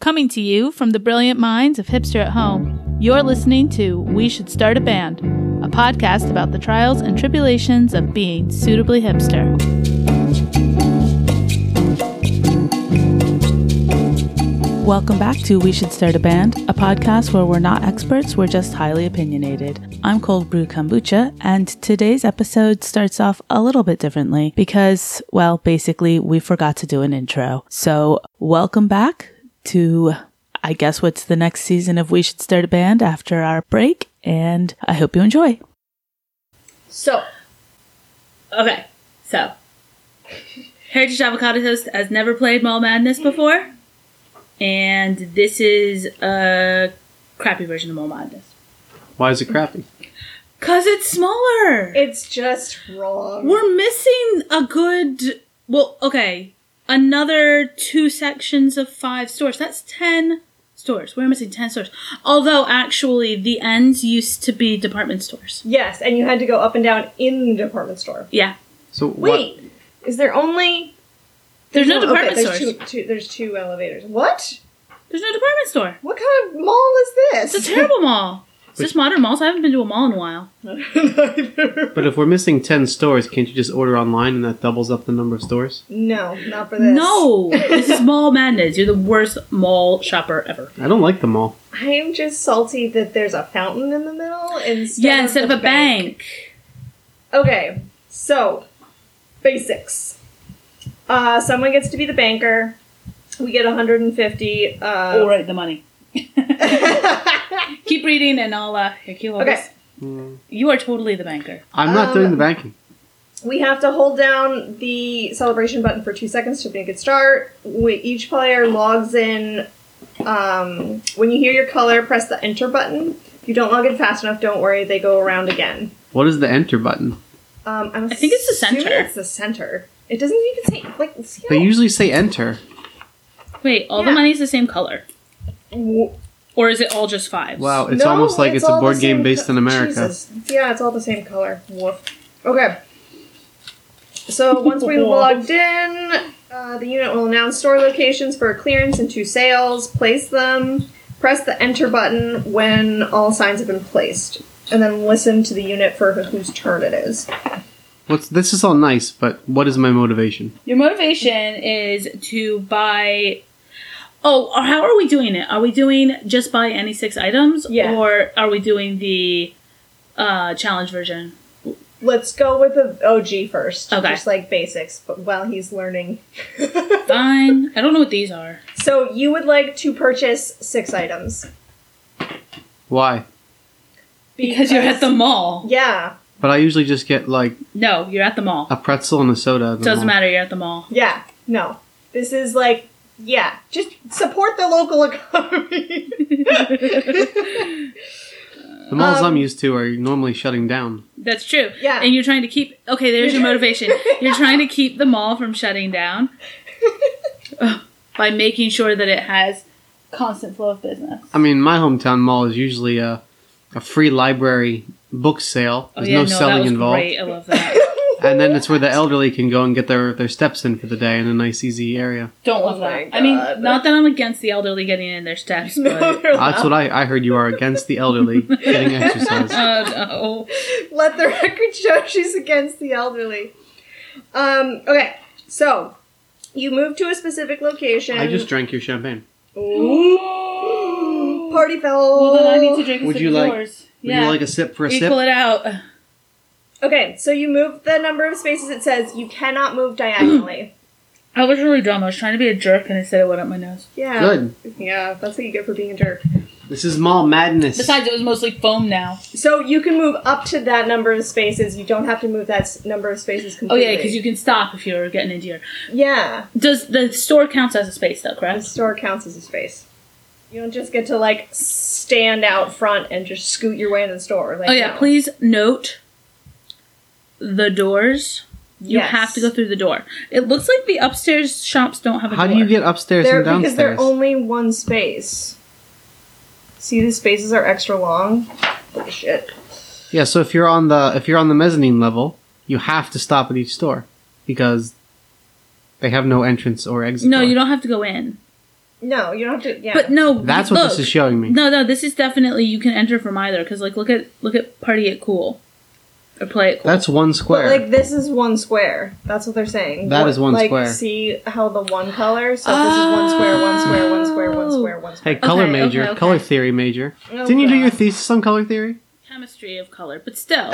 Coming to you from the brilliant minds of Hipster at Home, you're listening to We Should Start a Band, a podcast about the trials and tribulations of being suitably hipster. Welcome back to We Should Start a Band, a podcast where we're not experts, we're just highly opinionated. I'm Cold Brew Kombucha, and today's episode starts off a little bit differently because, well, basically, we forgot to do an intro. So, welcome back to, I guess, what's the next season of We Should Start a Band after our break, and I hope you enjoy. So, okay, so Heritage Avocado Toast has never played Mall Madness before, and this is a crappy version of Mall Madness Why is it crappy? because it's smaller. It's just wrong. We're missing a good, well, okay, another two sections of five stores. That's ten stores. We're missing ten stores. Although, actually, the ends used to be department stores. Yes, and you had to go up and down in the department store. Yeah, So Wait, is there only? there's no department okay, stores. there's two, two, there's two elevators. What? There's no department store. What kind of mall is It's this? a terrible mall. It's just modern malls. I haven't been to a mall in a while. what? But if we're missing ten stores, can't you just order online and that doubles up the number of stores? no, not for this. No, this is mall madness. You're the worst mall shopper ever. I don't like them all. I am just salty that there's a fountain in the middle instead. yeah, instead of the a bank. Okay, so basics. Uh, someone gets to be the banker. We get 150. Uh, All right, the money. keep reading, and I'll uh, here, keep Okay. You are totally the banker. I'm not Um, doing the banking. We have to hold down the celebration button for two seconds to make it start. We, each player logs in. Um, when you hear your color, press the enter button. If you don't log in fast enough, don't worry, they go around again. What is the enter button? Um, I'm I think it's the assuming center. It's the center. It doesn't even say like. see They how- usually say enter. Wait, all the Yeah. money's the same color, W- or is it all just fives? Wow, it's No, almost like it's, all a the board game same based co- in America. Jesus. Yeah, it's all the same color. Woof. Okay. So once we logged in, uh, the unit will announce store locations for clearance and two sales. Place them. Press the enter button when all signs have been placed, and then listen to the unit for whose turn it is. What's this is all nice, but what is my motivation? Your motivation is to buy. Oh, or how are we doing it? Are we doing just buy any six items, Yeah. or are we doing the uh, challenge version? Let's go with the OG first, Okay. just like basics, but while he's learning. Fine. I don't know what these are. so you would like to purchase six items Why? Because you're at the mall. Yeah, But I usually just get like No, you're at the mall. a pretzel and a soda. at the Doesn't mall. matter, you're at the mall. Yeah, no. This is like, yeah, just support the local economy. The malls Um, I'm used to are normally shutting down. That's true. Yeah. And you're trying to keep okay, there's your motivation. You're trying to keep the mall from shutting down uh, by making sure that it has constant flow of business. I mean, my hometown mall is usually a, a free library book sale. Oh There's yeah, no, no, that selling was involved. great. I love that. And then it's where the elderly can go and get their, their steps in for the day in a nice, easy area. Don't Oh love that. my I mean, God. not that I'm against the elderly getting in their steps, but That's what I, I heard you are against the elderly getting exercise. oh no. Let the record show she's against the elderly. Um, okay, so you move to a specific location. I just drank your champagne. Ooh. Party fell. Well, then I need to drink. Would sip you of like- yours. Would Yeah. you like a sip for a Equal sip? it out. Okay, so you move the number of spaces it says you cannot move diagonally. I was really dumb. I was trying to be a jerk, and instead it went up my nose. yeah. Good. Yeah, that's what you get for being a jerk. This is mall madness. Besides, it was mostly foam now. So you can move up to that number of spaces. You don't have to move that s- number of spaces Oh completely. yeah, because you can stop if you're getting into your. Yeah. Does the store counts as a space though? The Correct. store counts as a space. You don't just get to like stand out front and just scoot your way into the store. Like, Oh yeah. no. Please note the doors. You Yes. have to go through the door. It looks like the upstairs shops don't have a How door. do you get upstairs They're, and because downstairs? they're only one space. See, the spaces are extra long. Bullshit. yeah, so if you're on the if you're on the mezzanine level, you have to stop at each store because they have no entrance or exit. No, door. you don't have to go in. No, you don't have to. Yeah. But no, That's what this look. is showing me. No, no, this is definitely you can enter from either because like look at look at party it cool or play it cool. That's one But square. like this is one square. That's what they're saying. That That is is one like, square. See how the one color. So this is one square, one square, one square, one square, Oh. one hey, square. color okay, major, okay, okay. color theory major. Oh, Didn't you do God. your thesis on color theory? Chemistry of color, but still,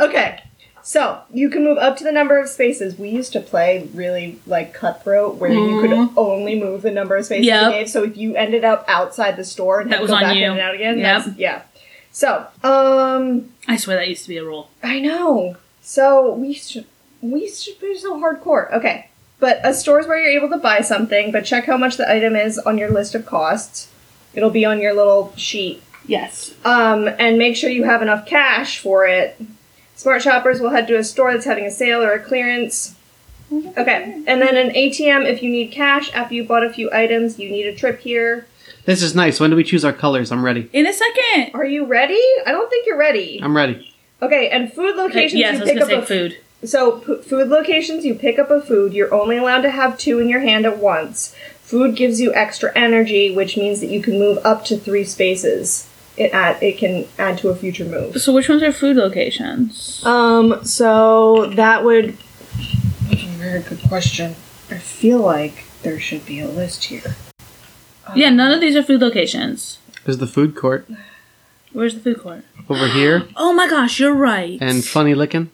Okay. So you can move up to the number of spaces. We used to play really like cutthroat, where you could only move the number of spaces Mm-hmm. Yep. you gave. So if you ended up outside the store and That had to was go on back you. in and out again, Yep. that's- yeah. So um, I swear that used to be a rule. I know. So we should we should be so hardcore. Okay. But a store is where you're able to buy something, but check how much the item is on your list of costs. It'll be on your little sheet. Yes. Um, and make sure you have enough cash for it. Smart shoppers will head to a store that's having a sale or a clearance. Okay. And then an ATM if you need cash after you bought a few items, you need a trip here. This is nice. When do we choose our colors? I'm ready. In a second. Are you ready? I don't think you're ready. I'm ready. Okay, and food locations Uh, yes, I you was pick gonna up say a food. So, p- food locations, you pick up a food. You're only allowed to have two in your hand at once. Food gives you extra energy, which means that you can move up to three spaces. It add, it can add to a future move. So which ones are food locations? Um, so that would. That's a very good question. I feel like there should be a list here. Uh, yeah, none of these are food locations. There's the food court Where's the food court? over here Oh my gosh, you're right. and funny licking.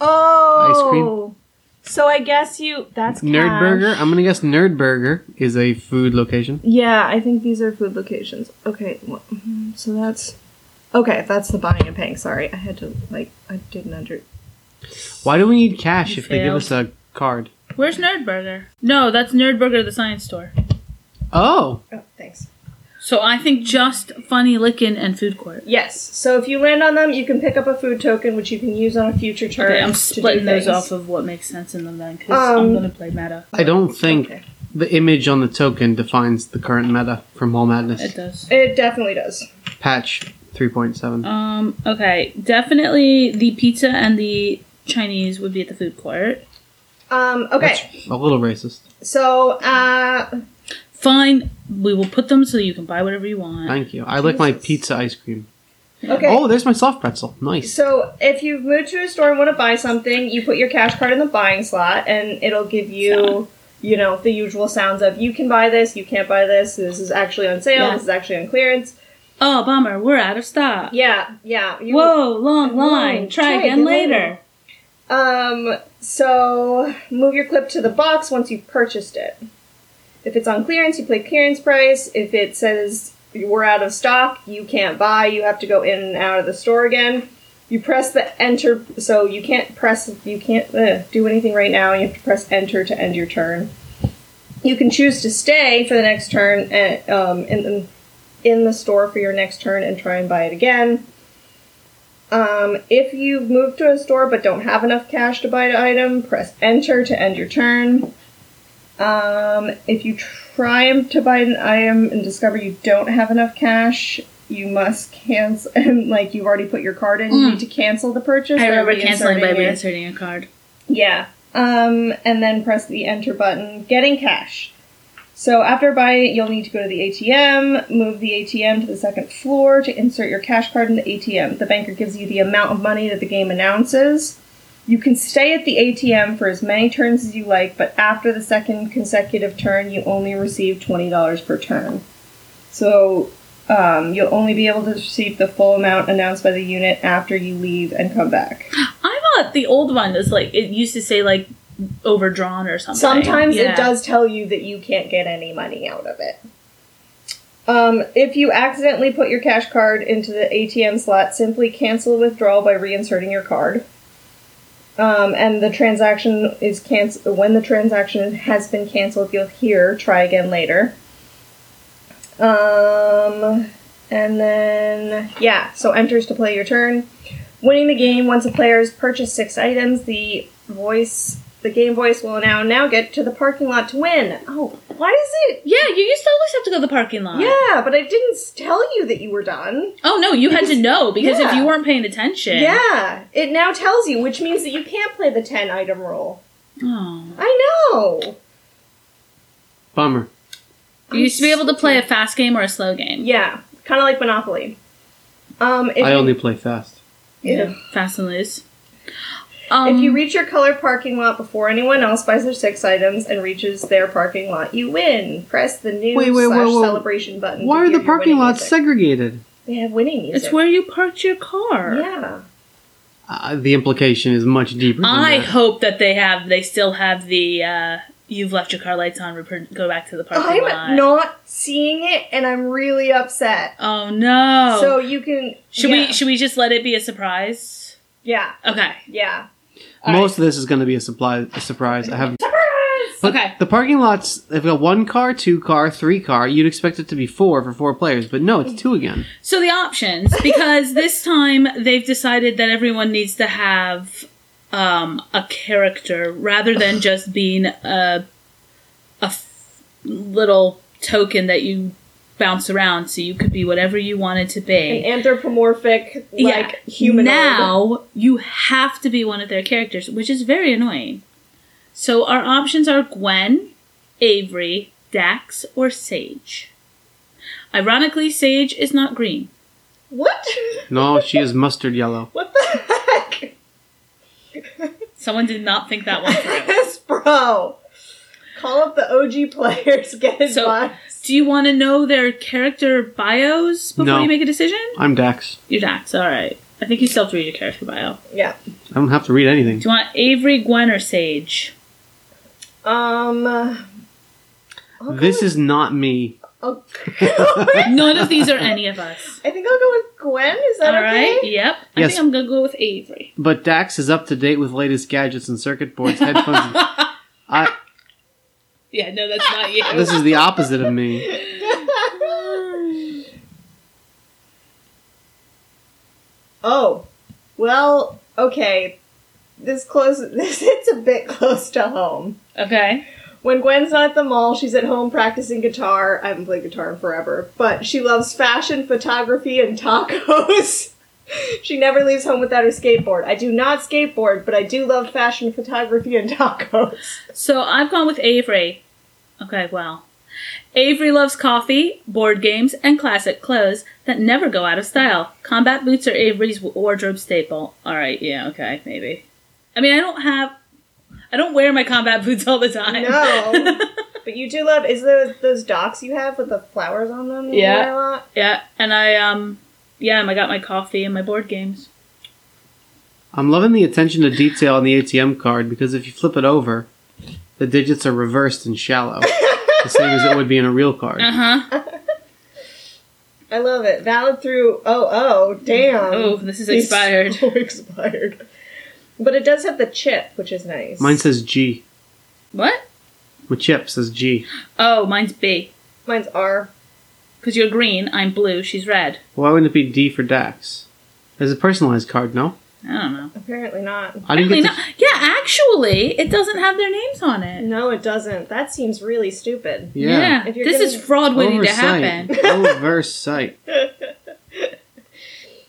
Oh, Ice cream? So I guess you. That's Nerd Burger. I'm gonna guess Nerd Burger is a food location. Yeah, I think these are food locations. Okay, wha- mhm, so that's okay. That's the buying and paying. Sorry, I had to like I didn't under. Why do we need cash You if they give failed. us a card? Where's Nerdburger? No, that's Nerdburger, the science store. Oh, Oh, thanks. So I think just funny lickin' and food court. Yes. So if you land on them, you can pick up a food token, which you can use on a future turn. Okay, I'm to do splitting those things. off of what makes sense in them then, because I'm Um, gonna play meta. I don't think Okay. the image on the token defines the current meta from Mall It Madness. does. It definitely does. Patch 3.7. Um. Okay. Definitely the pizza and the Chinese would be at the food court. Um. Okay. That's a little racist. So uh, Fine. We will put them so you can buy whatever you want. Thank you. I like my Jesus. pizza ice cream. okay. Oh, there's my soft pretzel. Nice. So if you've moved to a store and want to buy something, you put your cash card in the buying slot, and it'll give you, Sound. you know, the usual sounds of you can buy this, you can't buy this, this is actually on sale, Yeah. this is actually on clearance. Oh, bummer. We're out of stock. Yeah, yeah. You, Whoa, long line. Whoa, try, again later. Um. So move your clip to the box once you've purchased it. If it's on clearance, you play clearance price. If it says we're out of stock, you can't buy. You have to go in and out of the store again. You press the enter, so you can't press, you can't uh, do anything right now. You have to press enter to end your turn. You can choose to stay for the next turn and um, in the, in the store for your next turn and try and buy it again. Um, if you've moved to a store but don't have enough cash to buy an item, press enter to end your turn. Um, if you try to buy an item and discover you don't have enough cash, you must cancel. And like you've already put your card in, you need to cancel the purchase. Hmm. I or remember reinserting canceling by it. reinserting a card. Yeah. Um, and then press the enter button, getting cash. So after buying it, you'll need to go to the ATM, move the ATM to the second floor to insert your cash card in the ATM. The banker gives you the amount of money that the game announces. You can stay at the ATM for as many turns as you like, but after the second consecutive turn, you only receive $20 per turn. So um, you'll only be able to receive the full amount announced by the unit after you leave and come back. I thought the old one was like it used to say like overdrawn or something. Sometimes Yeah. it does tell you that you can't get any money out of it. Um, if you accidentally put your cash card into the ATM slot, simply cancel the withdrawal by reinserting your card. Um, and the transaction is cancel when the transaction has been canceled. You'll hear try again later. Um, and then yeah, so enters to play your turn. Winning the game once a player has purchased six items, the voice, the game voice will now now get to the parking lot to win. Oh, why is it? Yeah, you used to always have to go to the parking lot. Yeah, but I didn't tell you that you were done. Oh no, you had to know because if Yeah. you weren't paying attention. Yeah, it now tells you, which means that you can't play the ten item rule. Oh. I know. Bummer. You used to be able to play a fast game or a slow game. Yeah, kind of like Monopoly. Um, if I you- only play fast. Yeah. Fast and loose. Um, If you reach your color parking lot before anyone else buys their six items and reaches their parking lot, you win. Press the new Wait, wait, slash whoa, whoa. celebration button. to Why are hear the your parking winning lots music. segregated? They have winning music. it's where you parked your car. Yeah. Uh, the implication is much deeper. Than I that. hope that they have. They still have the. Uh, You've left your car lights on. Return, go back to the parking lot. I'm Oh, not seeing it, and I'm really upset. Oh no. So you can. should yeah. we? Should we just let it be a surprise? Yeah. Okay. Yeah. Most of this is going to be a, supply, a surprise. I have But Okay. The parking lots, they've got one car, two car, three car. You'd expect it to be four for four players, but no, it's two again. So the options, because this time they've decided that everyone needs to have um, a character rather than just being a a f- little token that you bounce around. So you could be whatever you wanted to An be. anthropomorphic, like humanoid. Now you have to be one of their characters, which is very annoying. So our options are Gwen, Avery, Dax, or Sage. Ironically, Sage is not green. What? No, she is mustard yellow. What the heck? Someone did not think that one through. Yes, bro. Call up the OG players. Get advice. So- Do you want to know their character bios before No. you make a decision? I'm Dax. Your Dax, all right. I think you still have to read your character bio. Do yeah. I don't have to read anything. you want Avery, Gwen, or Sage? Um. uh, I'll go This with- is not me. I'll- I None of these are any of us. think I'll go with Gwen. Is that All right. okay? Yep. I Yes. think I'm gonna go with Avery. But Dax is up to date with latest gadgets and circuit boards, headphones. and- I, Yeah. No, that's not you. this is the opposite of me. oh, well, okay. This close. This hits a bit close to home. okay. When Gwen's not at the mall, she's at home practicing guitar. I haven't played guitar in forever, but she loves fashion, photography, and tacos. she never leaves home without her skateboard. I do not skateboard, but I do love fashion, photography, and tacos. So I've gone with Avery. Okay. Well. Avery loves coffee, board games, and classic clothes that never go out of style. Combat boots are Avery's wardrobe staple. All right, yeah, okay, maybe. I mean, I don't have, I don't wear my combat boots all the time. No. But you do love is those those docks you have with the flowers on them? that you Yeah. wear a lot? yeah, and I um, yeah, and I got my coffee and my board games. I'm loving the attention to detail on the ATM card because if you flip it over, the digits are reversed and shallow, the same as it would be in a real card. Uh huh. I love it. Valid through oh oh damn. Oh, this is These- expired. oh, expired. But it does have the chip, which is nice. Mine says G. What? My chip says G. Oh, mine's B. mine's R. Cause you're green, I'm blue, she's red. Why wouldn't it be D for Dax? There's a personalized card, no? I don't know. Apparently not. I didn't Really get to not- Yeah, actually, it doesn't have their names on it. No, it doesn't. That seems really stupid. Yeah. If you're this gonna- is fraud waiting to happen. Oversight. Oversight.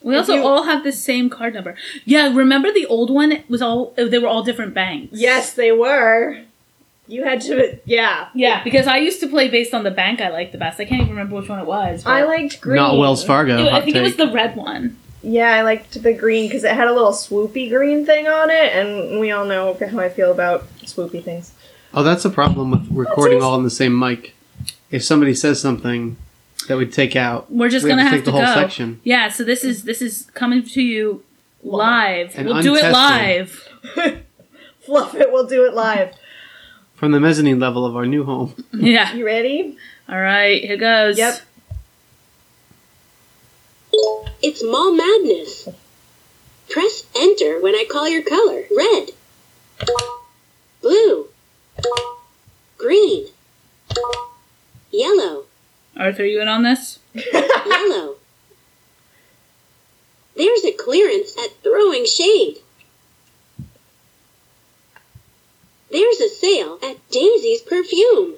We also you- all have the same card number. Yeah, remember the old one It was all they were all different banks. Yes, they were. You had to yeah. Yeah, because I used to play based on the bank I liked the best. I can't even remember which one it was. but- I liked green. Not Wells Fargo. It- I hot think it was take. the red one. Yeah, I liked the green because it had a little swoopy green thing on it, and we all know how I feel about swoopy things. Oh, that's a problem with recording all on the same mic. If somebody says something that would take out, We're just we gonna have have to take to the whole go. section. Yeah, so this is this is coming to you live. And we'll do it untested. live. Fluff it, we'll do it live. From the mezzanine level of our new home. Yeah. You ready? All right, here goes. Yep. It's mall madness. Press enter when I call your color. Red. Blue. Green. Yellow. Arthur, you in on this? Yellow. There's a clearance at Throwing Shade. There's a sale at Daisy's Perfume.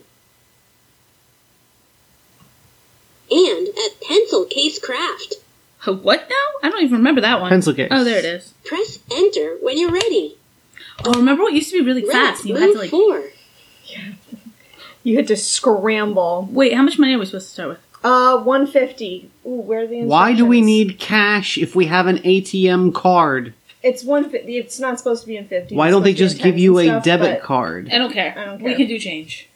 And at Pencil Case Craft. Oh, What now? I don't even remember that one. Pencil case. Oh, there it is. Press enter when you're ready. Oh, remember what used to be really Red, fast? You move had to like. four. You had to scramble. Wait, how much money are we supposed to start with? Uh, one fifty. Ooh, where are the instructions? Why do we need cash if we have an ATM card? It's one fifty. It's not supposed to be in fifty. Why It's don't they supposed just to be in give you a tens and stuff, debit but- card? I don't care. I don't We care. can do change.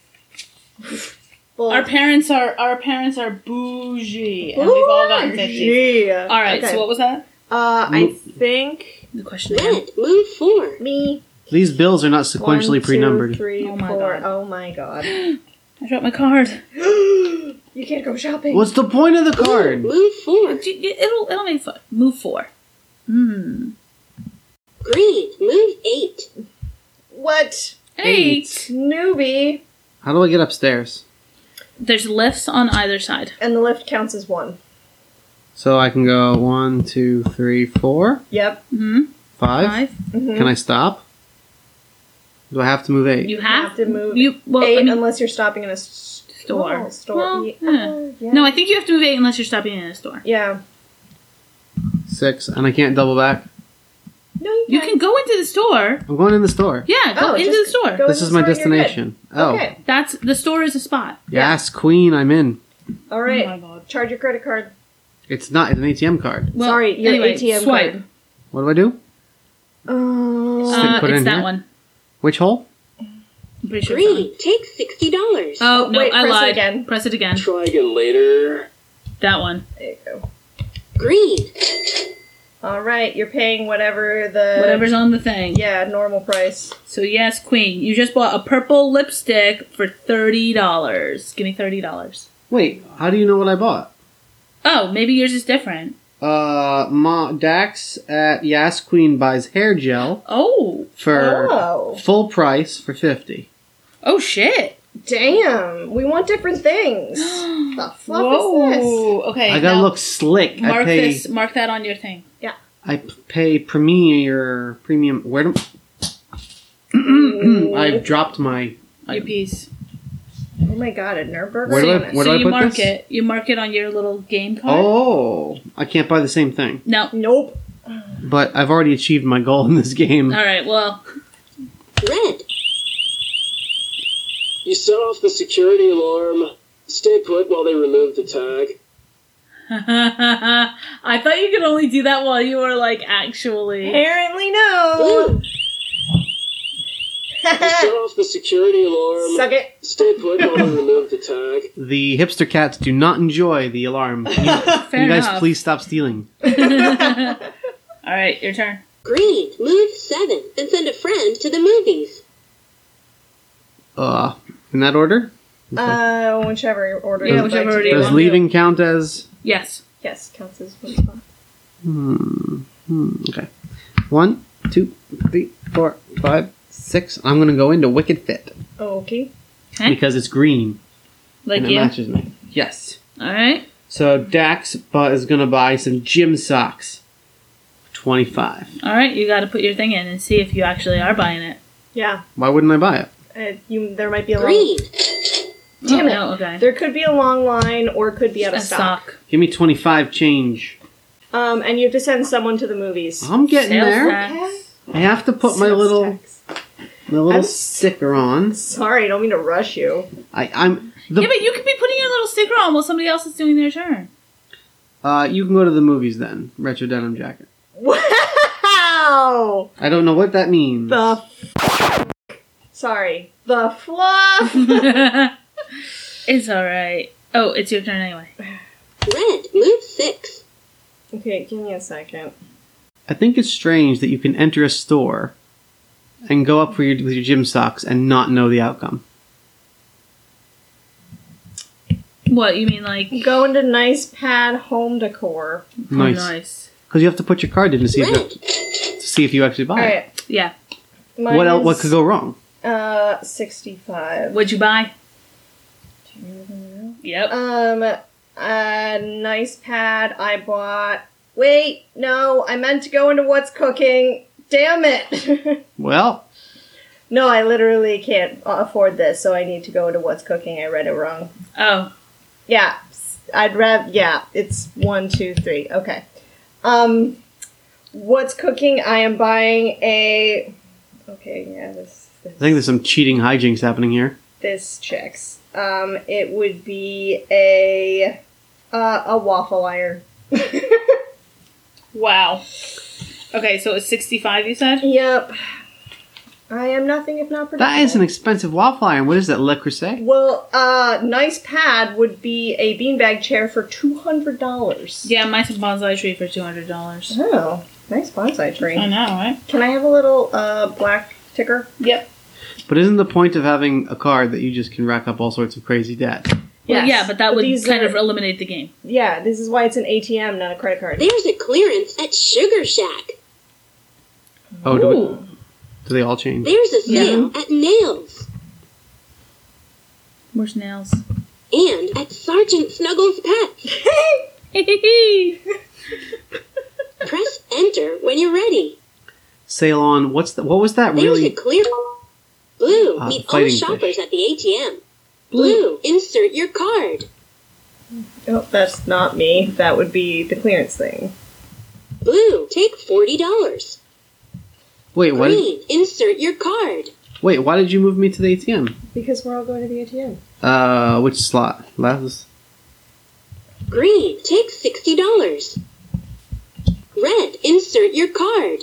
Well, Our parents are our parents are bougie, and we've all gotten fifty. yeah. All right. Okay. So what was that? uh, I think The question. again. Red, move four. me. These bills are not One, sequentially two, pre-numbered. three, Oh my four. God. Oh my god. I dropped my card. you can't go shopping. What's the point of the card? Move four. Do you- It'll it'll make fun. Move four. Hmm. Green, move eight. What? Eight. Newbie. How do I get upstairs? There's lifts on either side. And the lift counts as one. So I can go one, two, three, four, Yep. Mm-hmm. five. Five. Mhm. Can I stop? Do I have to move eight? You have, have to move You well. Eight, I mean, unless you're stopping in a s- Store. oh, store. Well, yeah. yeah. yeah. no, I think you have to move eight unless you're stopping in a store. yeah. Six, and I can't double back. No, you, You can go into the store. I'm going in the store. Yeah, go Oh, into the just store. go This in is the my store and you're good. destination. Oh, Okay. That's the store is a spot. yes, queen, I'm in. All right. Oh my god. Charge your credit card. It's not it's an ATM card. Well, Sorry, your anyway, ATM swipe. card. What do I do? Um, Stick Uh, put it's in that here? one. Which hole? I'm pretty sure. it's that one. Green, take sixty dollars. Oh no, Wait, I press it lied. again. Press it again. Try again later. That one. there you go. Green, All right. You're paying whatever the Whatever's on the thing. Uh, Yeah, normal price. So yes, Queen, you just bought a purple lipstick for thirty dollars. Give me thirty dollars. Wait, how do you know what I bought? Oh, maybe yours is different. Uh, Ma- Dax at Yas Queen buys hair gel Oh, for Oh. full price for fifty. oh shit! Damn. We want different things. the fuck is this? Whoa. Okay, I gotta now look slick. I Mark pay. this. Mark that on your thing. I p- pay premier premium. Where do? I've dropped my. I- Your piece. Oh my god, a Nuremberg. Where do I- Sandwich. where do so I you put mark this? it. You mark it on your little game card. Oh, I can't buy the same thing. No. Nope. But I've already achieved my goal in this game. All right. Well, red, You set off the security alarm. Stay put while they remove the tag. I thought you could only do that while you were like actually. Apparently blue, no. You set off the security alarm. Suck it. Stay put while they remove the tag. The hipster cats do not enjoy the alarm. You, Fair you guys, enough. please stop stealing. All right, your turn. green, move seven, and send a friend to the movies. Uh, in that order, Uh, whichever order. Yeah, you'd whichever like to order do. you does want. leaving count as? Yes. Yes, counts as one spot. Hmm, okay, one, two, three, four, five, six. I'm gonna go into Wicked Fit Oh, Okay. Okay. because it's green Like and it you. matches me. Yes. All right. So Dax bu- is gonna buy some gym socks. Twenty-five. All right. You got to put your thing in and see if you actually are buying it. Yeah. Why wouldn't I buy it? Uh, you, there might be a long. Green, Damn oh, it. No, okay. There could be a long line, or it could be out a of stock. sock. Give me twenty-five change. Um, and you have to send someone to the movies. I'm getting Sales there. tax. I have to put my Sales little tax. my little I'm- sticker on. Sorry, I don't mean to rush you. I, I'm the. Yeah, but you could be putting your little sticker on while somebody else is doing their turn. uh, you can go to the movies then. Retro denim jacket. Wow! I don't know what that means. The. f- Sorry. The fluff! it's all right. Oh, it's your turn anyway. red, move six. okay, give me a second. I think it's strange that you can enter a store and go up for your, with your gym socks and not know the outcome. What you mean, like Go into nice pad home decor. oh, Nice, because nice. you have to put your card in to see if Red, you, to see if you actually buy it. Alright. Yeah. mine what else? What is, could go wrong? Uh, 65. What'd you buy? Yep. Um, a nice pad I bought. Wait, no, I meant to go into what's cooking. Damn it! Well, no, I literally can't afford this, so I need to go into what's cooking. I read it wrong. Oh, Yeah, s- I'd rather. Yeah, it's one, two, three. Okay. Um, what's cooking? I am buying a. Okay, yeah, this I this, think there's some cheating hijinks happening here. this checks. Um, it would be a uh, a waffle iron. Wow. Okay, so it's 65, you said? Yep. I am nothing if not predictable. That is an expensive waffle iron. What is that, Le Creuset? Well, uh, nice pad would be a beanbag chair for two hundred dollars. Yeah, mine's a bonsai tree for $200. Oh, nice bonsai tree. I know, right? Can I have a little uh, black ticker? Yep. But isn't the point of having a card that you just can rack up all sorts of crazy debt? Well, Yes, yeah, but that would these kind are- of eliminate the game. Yeah, this is why it's an ATM, not a credit card. There's a clearance at Sugar Shack. Oh, do, we, Ooh. do they all change? There's a sale at Nails. Where's nails? And at Sergeant Snuggles Pets. Press enter when you're ready. Sail on. What's the, what was that There's a really? clear. Blue. Ah, Meet all fighting shoppers fish. at the ATM. Blue. Insert your card. Oh, that's not me. That would be the clearance thing. Blue. Take $40. Wait, why did, Green. Insert your card. wait, why did you move me to the ATM? Because we're all going to the ATM. Uh, which slot? Last. Green. Take $60. Red. Insert your card.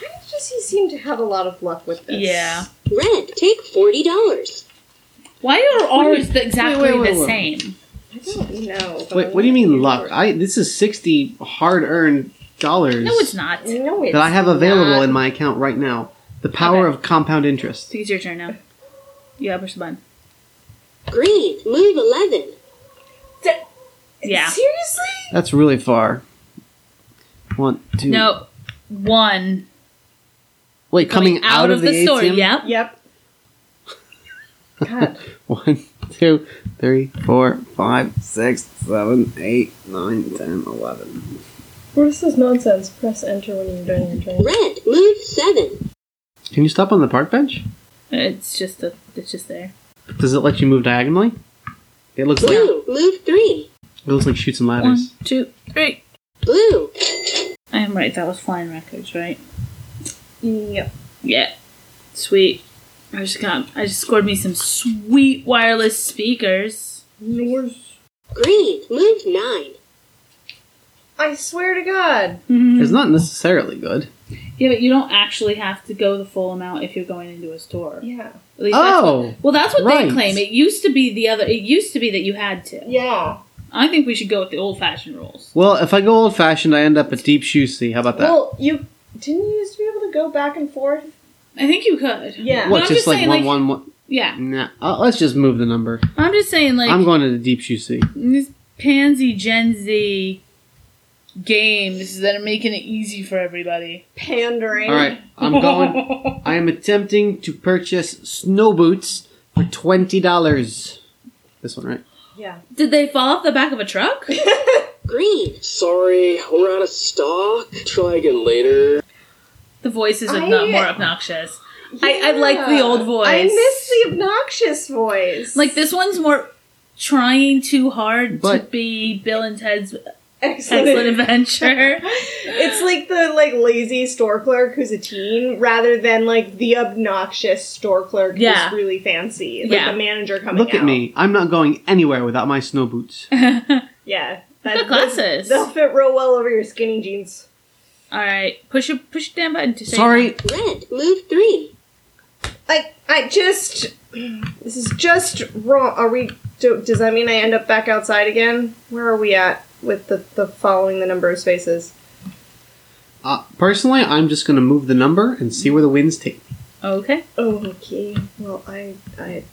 Why does he seem to have a lot of luck with this? Yeah. Red. Take $40. Why are ours the, exactly wait, wait, the wait. same? I don't know. but I Wait, what do like you mean the luck? word. I this is sixty hard-earned dollars No, it's not. I no, it's that I have available not. in my account right now. The power Okay. of compound interest. think it's your turn now. Yeah, push the button. Green. Move 11. Yeah. Seriously? That's really far. One, two. No. One. Wait, coming, out, of, the, store. ATM. Yep. Yep. God. One, two, three, four, five, six, seven, eight, nine, ten, eleven. What is this nonsense? Press enter when you're done your drink. Red. Move 7. Can you stop on the park bench? It's just a, it's just there. Does it let you move diagonally? It looks like it Blue. Move 3. looks like shoots and One, ladders. two, three. Blue. I am right. That was flying records, right? Yep. Yeah. Sweet. I just got. I just scored me some sweet wireless speakers. Green. Move 9. I swear to God. Mm-hmm. It's not necessarily good. Yeah, but you don't actually have to go the full amount if you're going into a store. Yeah. At least that's what- Oh, well, that's what right. they claim. It used to be the other. It used to be that you had to. Yeah. I think we should go with the old-fashioned rules. well, if I go old fashioned, I end up at deep shoe C. How about that? Well, you didn't you used to be able to go back and forth? I think you could. Yeah. Well, what? I'm Just, just like saying, one, like- one, one. Yeah, Nah, uh, let's just move the number. I'm just saying, like I'm going to the deep shoe C. these pansy Gen Z games that are making it easy for everybody. Pandering. All right, I'm going. I am attempting to purchase snow boots for twenty dollars. This one, right? Yeah. Did they fall off the back of a truck? Green. Sorry, we're out of stock. Try again later. The voices are I- not more obnoxious. I, I like the Yeah. old voice. I miss the obnoxious voice. Like this one's more trying too hard to But- be Bill and Ted's excellent. Excellent Adventure. It's like the like lazy store clerk who's a teen, rather than like the obnoxious store clerk Yeah. who's really fancy. Like Yeah. the manager coming. Look at out. me. I'm not going anywhere without my snow boots. Yeah. Good glasses. They'll fit real well over your skinny jeans. All right, push your push your damn button to say Sorry, Red. Move 3. I I just this is just wrong. Are we? Do, does that mean I end up back outside again? Where are we at with the the following the number of spaces? Uh, personally, I'm just going to move the number and see where the winds take me. Okay, Oh, Okay. Well, I I.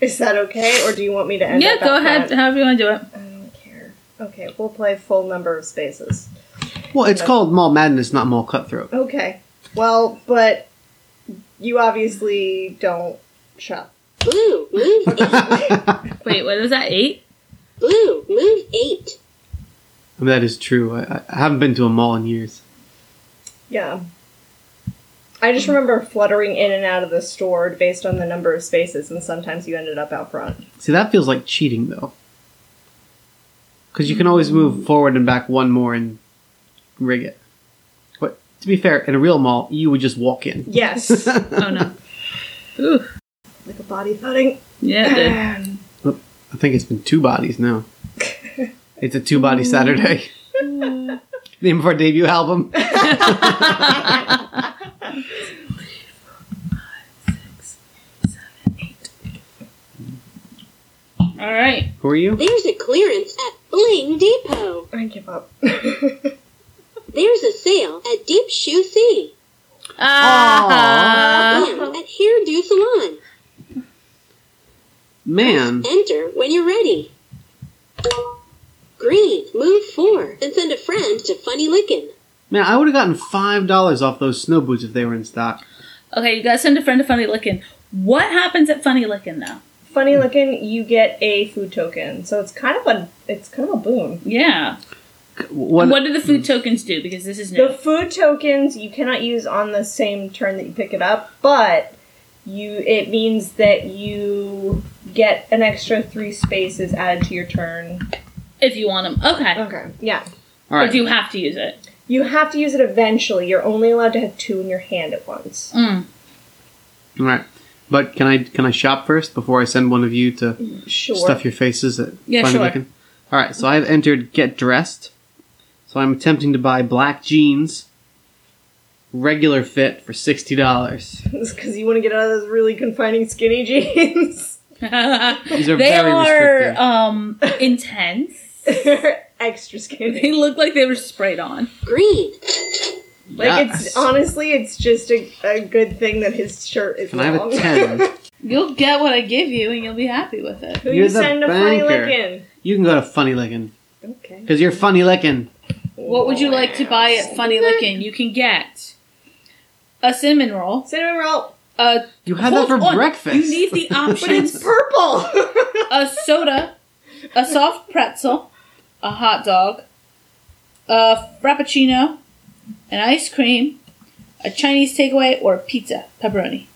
Is that okay, or do you want me to end? yeah, up go at ahead. that? However you want to do it. I don't care. Okay, we'll play full number of spaces. Well, it's called Mall Madness, not Mall Cutthroat. Okay. Well, but you obviously don't shop. Blue. Move 8. Wait, what was that? Eight? Blue. Move 8. That is true. I, I haven't been to a mall in years. Yeah. I just remember fluttering in and out of the store based on the number of spaces, and sometimes you ended up out front. See, that feels like cheating, though. Because you can always move forward and back one more and rig it. But to be fair, in a real mall, you would just walk in. Yes. like Oh no. Ooh. a body thudding. Yeah, it Um, I think it's been two bodies now. it's a two body Saturday. Name of our debut album. did. All right. Who are you? There's a clearance at Bling Depot. I give up. There's a sale at Deep Shoe City. Ah. Uh-huh. And at Hairdo Salon. Man. Enter when you're ready. Green, move four and send a friend to Funny Lickin. Man, I would have gotten $5 off those snow boots if they were in stock. Okay, you gotta send a friend to Funny Lickin. What happens at Funny Lickin though? Funny looking, you get a food token, so it's kind of a it's kind of a boon. Yeah. What, what do the food tokens do? Because this is The new. food tokens you cannot use on the same turn that you pick it up, but you it means that you get an extra three spaces added to your turn. If you want them, okay. Okay, yeah. All But right. you have to use it. You have to use it eventually. You're only allowed to have two in your hand at once. Mm. All right. But can I can I shop first before I send one of you to Sure. stuff your faces at Yeah, Funny sure. Looking? All right. So I've entered get dressed. So I'm attempting to buy black jeans, regular fit for sixty dollars. because you want to get out of those really confining skinny jeans. These are they very are restrictive. um, intense. Extra They skinny. look like they were sprayed on. Green, Like Yes. it's honestly, it's just a, a good thing that his shirt is Can I long. have a ten? You'll get what I give you, and you'll be happy with it. Who You're you the send a funny banker. licking? you can go to Funny Looking Okay. because you're Funny Looking. What would you like to buy at Funny Lickin'? You can get a cinnamon roll. Cinnamon roll, A You had hold that for on, breakfast. You need the but it's options: purple. a soda, a soft pretzel, a hot dog, a frappuccino, an ice cream, a Chinese takeaway, or pizza pepperoni.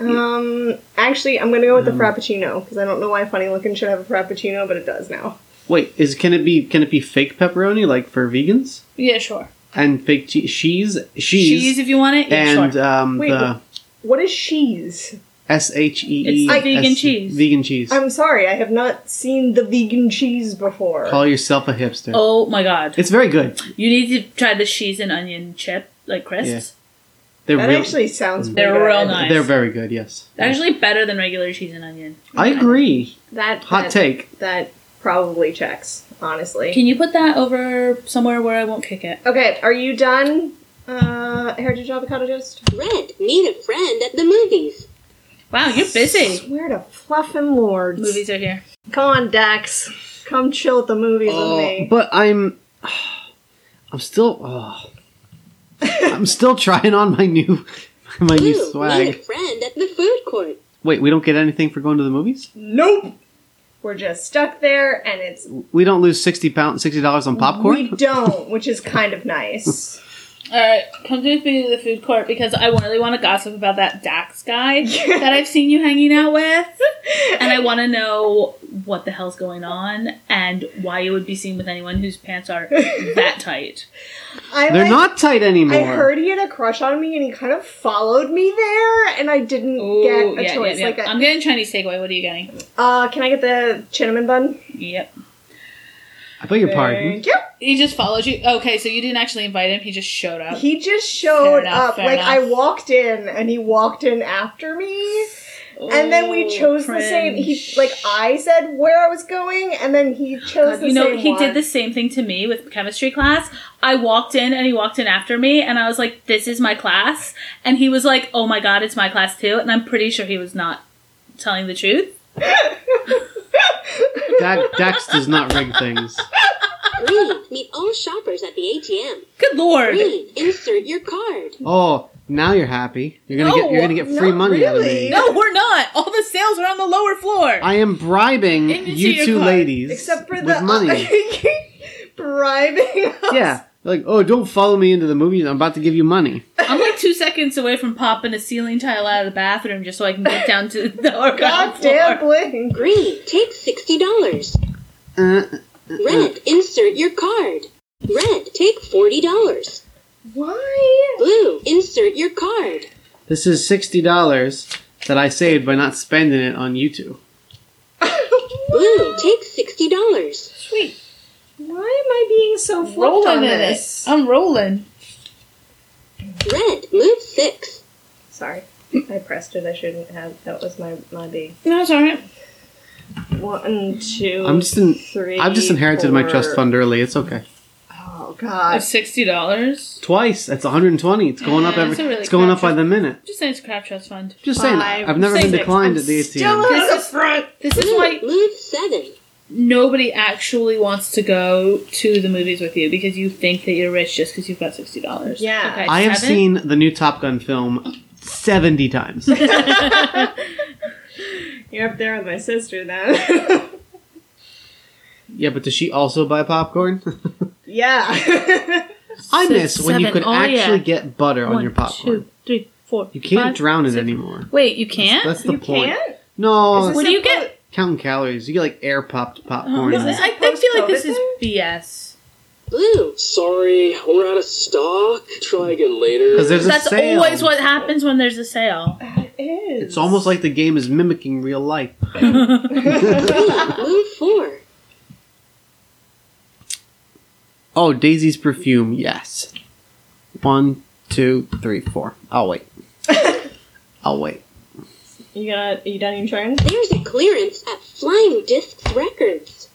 um, actually, I'm gonna go with Um. the frappuccino because I don't know why funny looking should have a frappuccino, but it does now. Wait, is can it be can it be fake pepperoni like for vegans Yeah, sure. and fake cheese? Cheese, Cheese, cheese, if you want it. Yeah, and sure. um, Wait, the What is cheese? S H E E. It's the S- vegan cheese. Vegan cheese. I'm sorry, I have not seen the vegan cheese before. Call yourself a hipster. Oh my god! It's very good. You need to try the cheese and onion chip like crisps. They're that real, actually sounds. They're pretty real good. nice. they're very good. Yes, They're Actually, better than regular cheese and onion. I agree. That Hot that- take. That probably checks, honestly. Can you put that over somewhere where I won't kick it? okay, are you done? Uh, Heritage Avocado Toast? red, meet a friend at the movies. Wow, you're busy. Swear to fluffin' lords. Movies are here. Come on, Dax. Come chill at the movies Oh, with me. but I'm, I'm still, oh, I'm still trying on my new, my new Blue, meet a swag. friend at the food court. Wait, we don't get anything for going to the movies. Nope. We're just stuck there, and it's We don't lose sixty pound, sixty dollars on we popcorn. don't, which is kind of nice. All right, come with me to the food court because I really want to gossip about that Dax guy that I've seen you hanging out with, and I want to know what the hell's going on and why you would be seen with anyone whose pants are that tight. I They're like- not tight anymore. I heard he had a crush on me, and he kind of followed me there, and I didn't Ooh, get a yeah, choice. yeah, yeah. Like, I'm a, getting Chinese takeaway. What are you getting? uh, can I get the cinnamon bun? Yep. I beg your pardon. Thank you. He just followed you. Okay, so you didn't actually invite him. He just showed up. He just showed Uh, Fair enough, up. fair Like enough. I walked in and he walked in after me. And then we Ooh, chose the same. He cringe. like I said where I was going, and then he chose God, the you know, same he one. did the same thing to me with chemistry class. I walked in and he walked in after me, and I was like, "This is my class," and he was like, "Oh my god, it's my class too." And I'm pretty sure he was not telling the truth. Da- Dax does not rig things. Green, meet all shoppers at the ATM. Good lord! Green, insert your card. Oh, now you're happy. You're gonna get. You're gonna get No, free money out of really. me. No, we're not. All the sales are on the lower floor. I am bribing Into you your two card. ladies except for the with money. bribing. us. yeah. Like, oh, don't follow me into the movies. I'm about to give you money. I'm like two seconds away from popping a ceiling tile out of the bathroom just so I can get down to the lower ground Goddamn floor. bling. Green, take $60. Uh, Red, insert your card. Red, take $40. Why? Blue, insert your card. this is sixty dollars. that I saved by not spending it on you two. Blue, take $60. Sweet. Why am I being so flipped on rolling in it. Oh, this? I'm rolling. Red, move 6. Sorry. I pressed it. I shouldn't have. That was my my B. No, it's all right. One, two, I'm just in- three. I've just inherited my four. trust fund early. It's okay. Oh God. That's sixty dollars. Twice. That's 120. It's going up Yeah, every. that's a really it's going up crap by the minute. Just saying, it's a crap trust fund. Just saying. Five, I've never six. been declined I'm at the Still ATM. at the front. This is Blue, why move 7. nobody actually wants to go to the movies with you because you think that you're rich just because you've got sixty dollars. Yeah. I have seen the new Top Gun film 70 times. You're up there with my sister then. yeah, but does she also buy popcorn? yeah. I Six, miss when you seven. could Oh, yeah. actually get butter on your popcorn. two, three, four. You can't five, drown it six. anymore. Wait, you can't? That's the you point. can't. No, Is this what do you simple- get? counting calories. You get like air popped popcorn. I, this a I feel Oh, like this post-COVID is BS. Blue, Sorry, we're out of stock. Try again later. Because there's a That's sale. always what happens when there's a sale. It is. It's almost like the game is mimicking real life. Blue, move 4. Oh, Daisy's perfume. Yes. One, two, three, four. I'll wait. I'll wait. You gonna? You done your turn? There's a clearance at Flying Discs Records.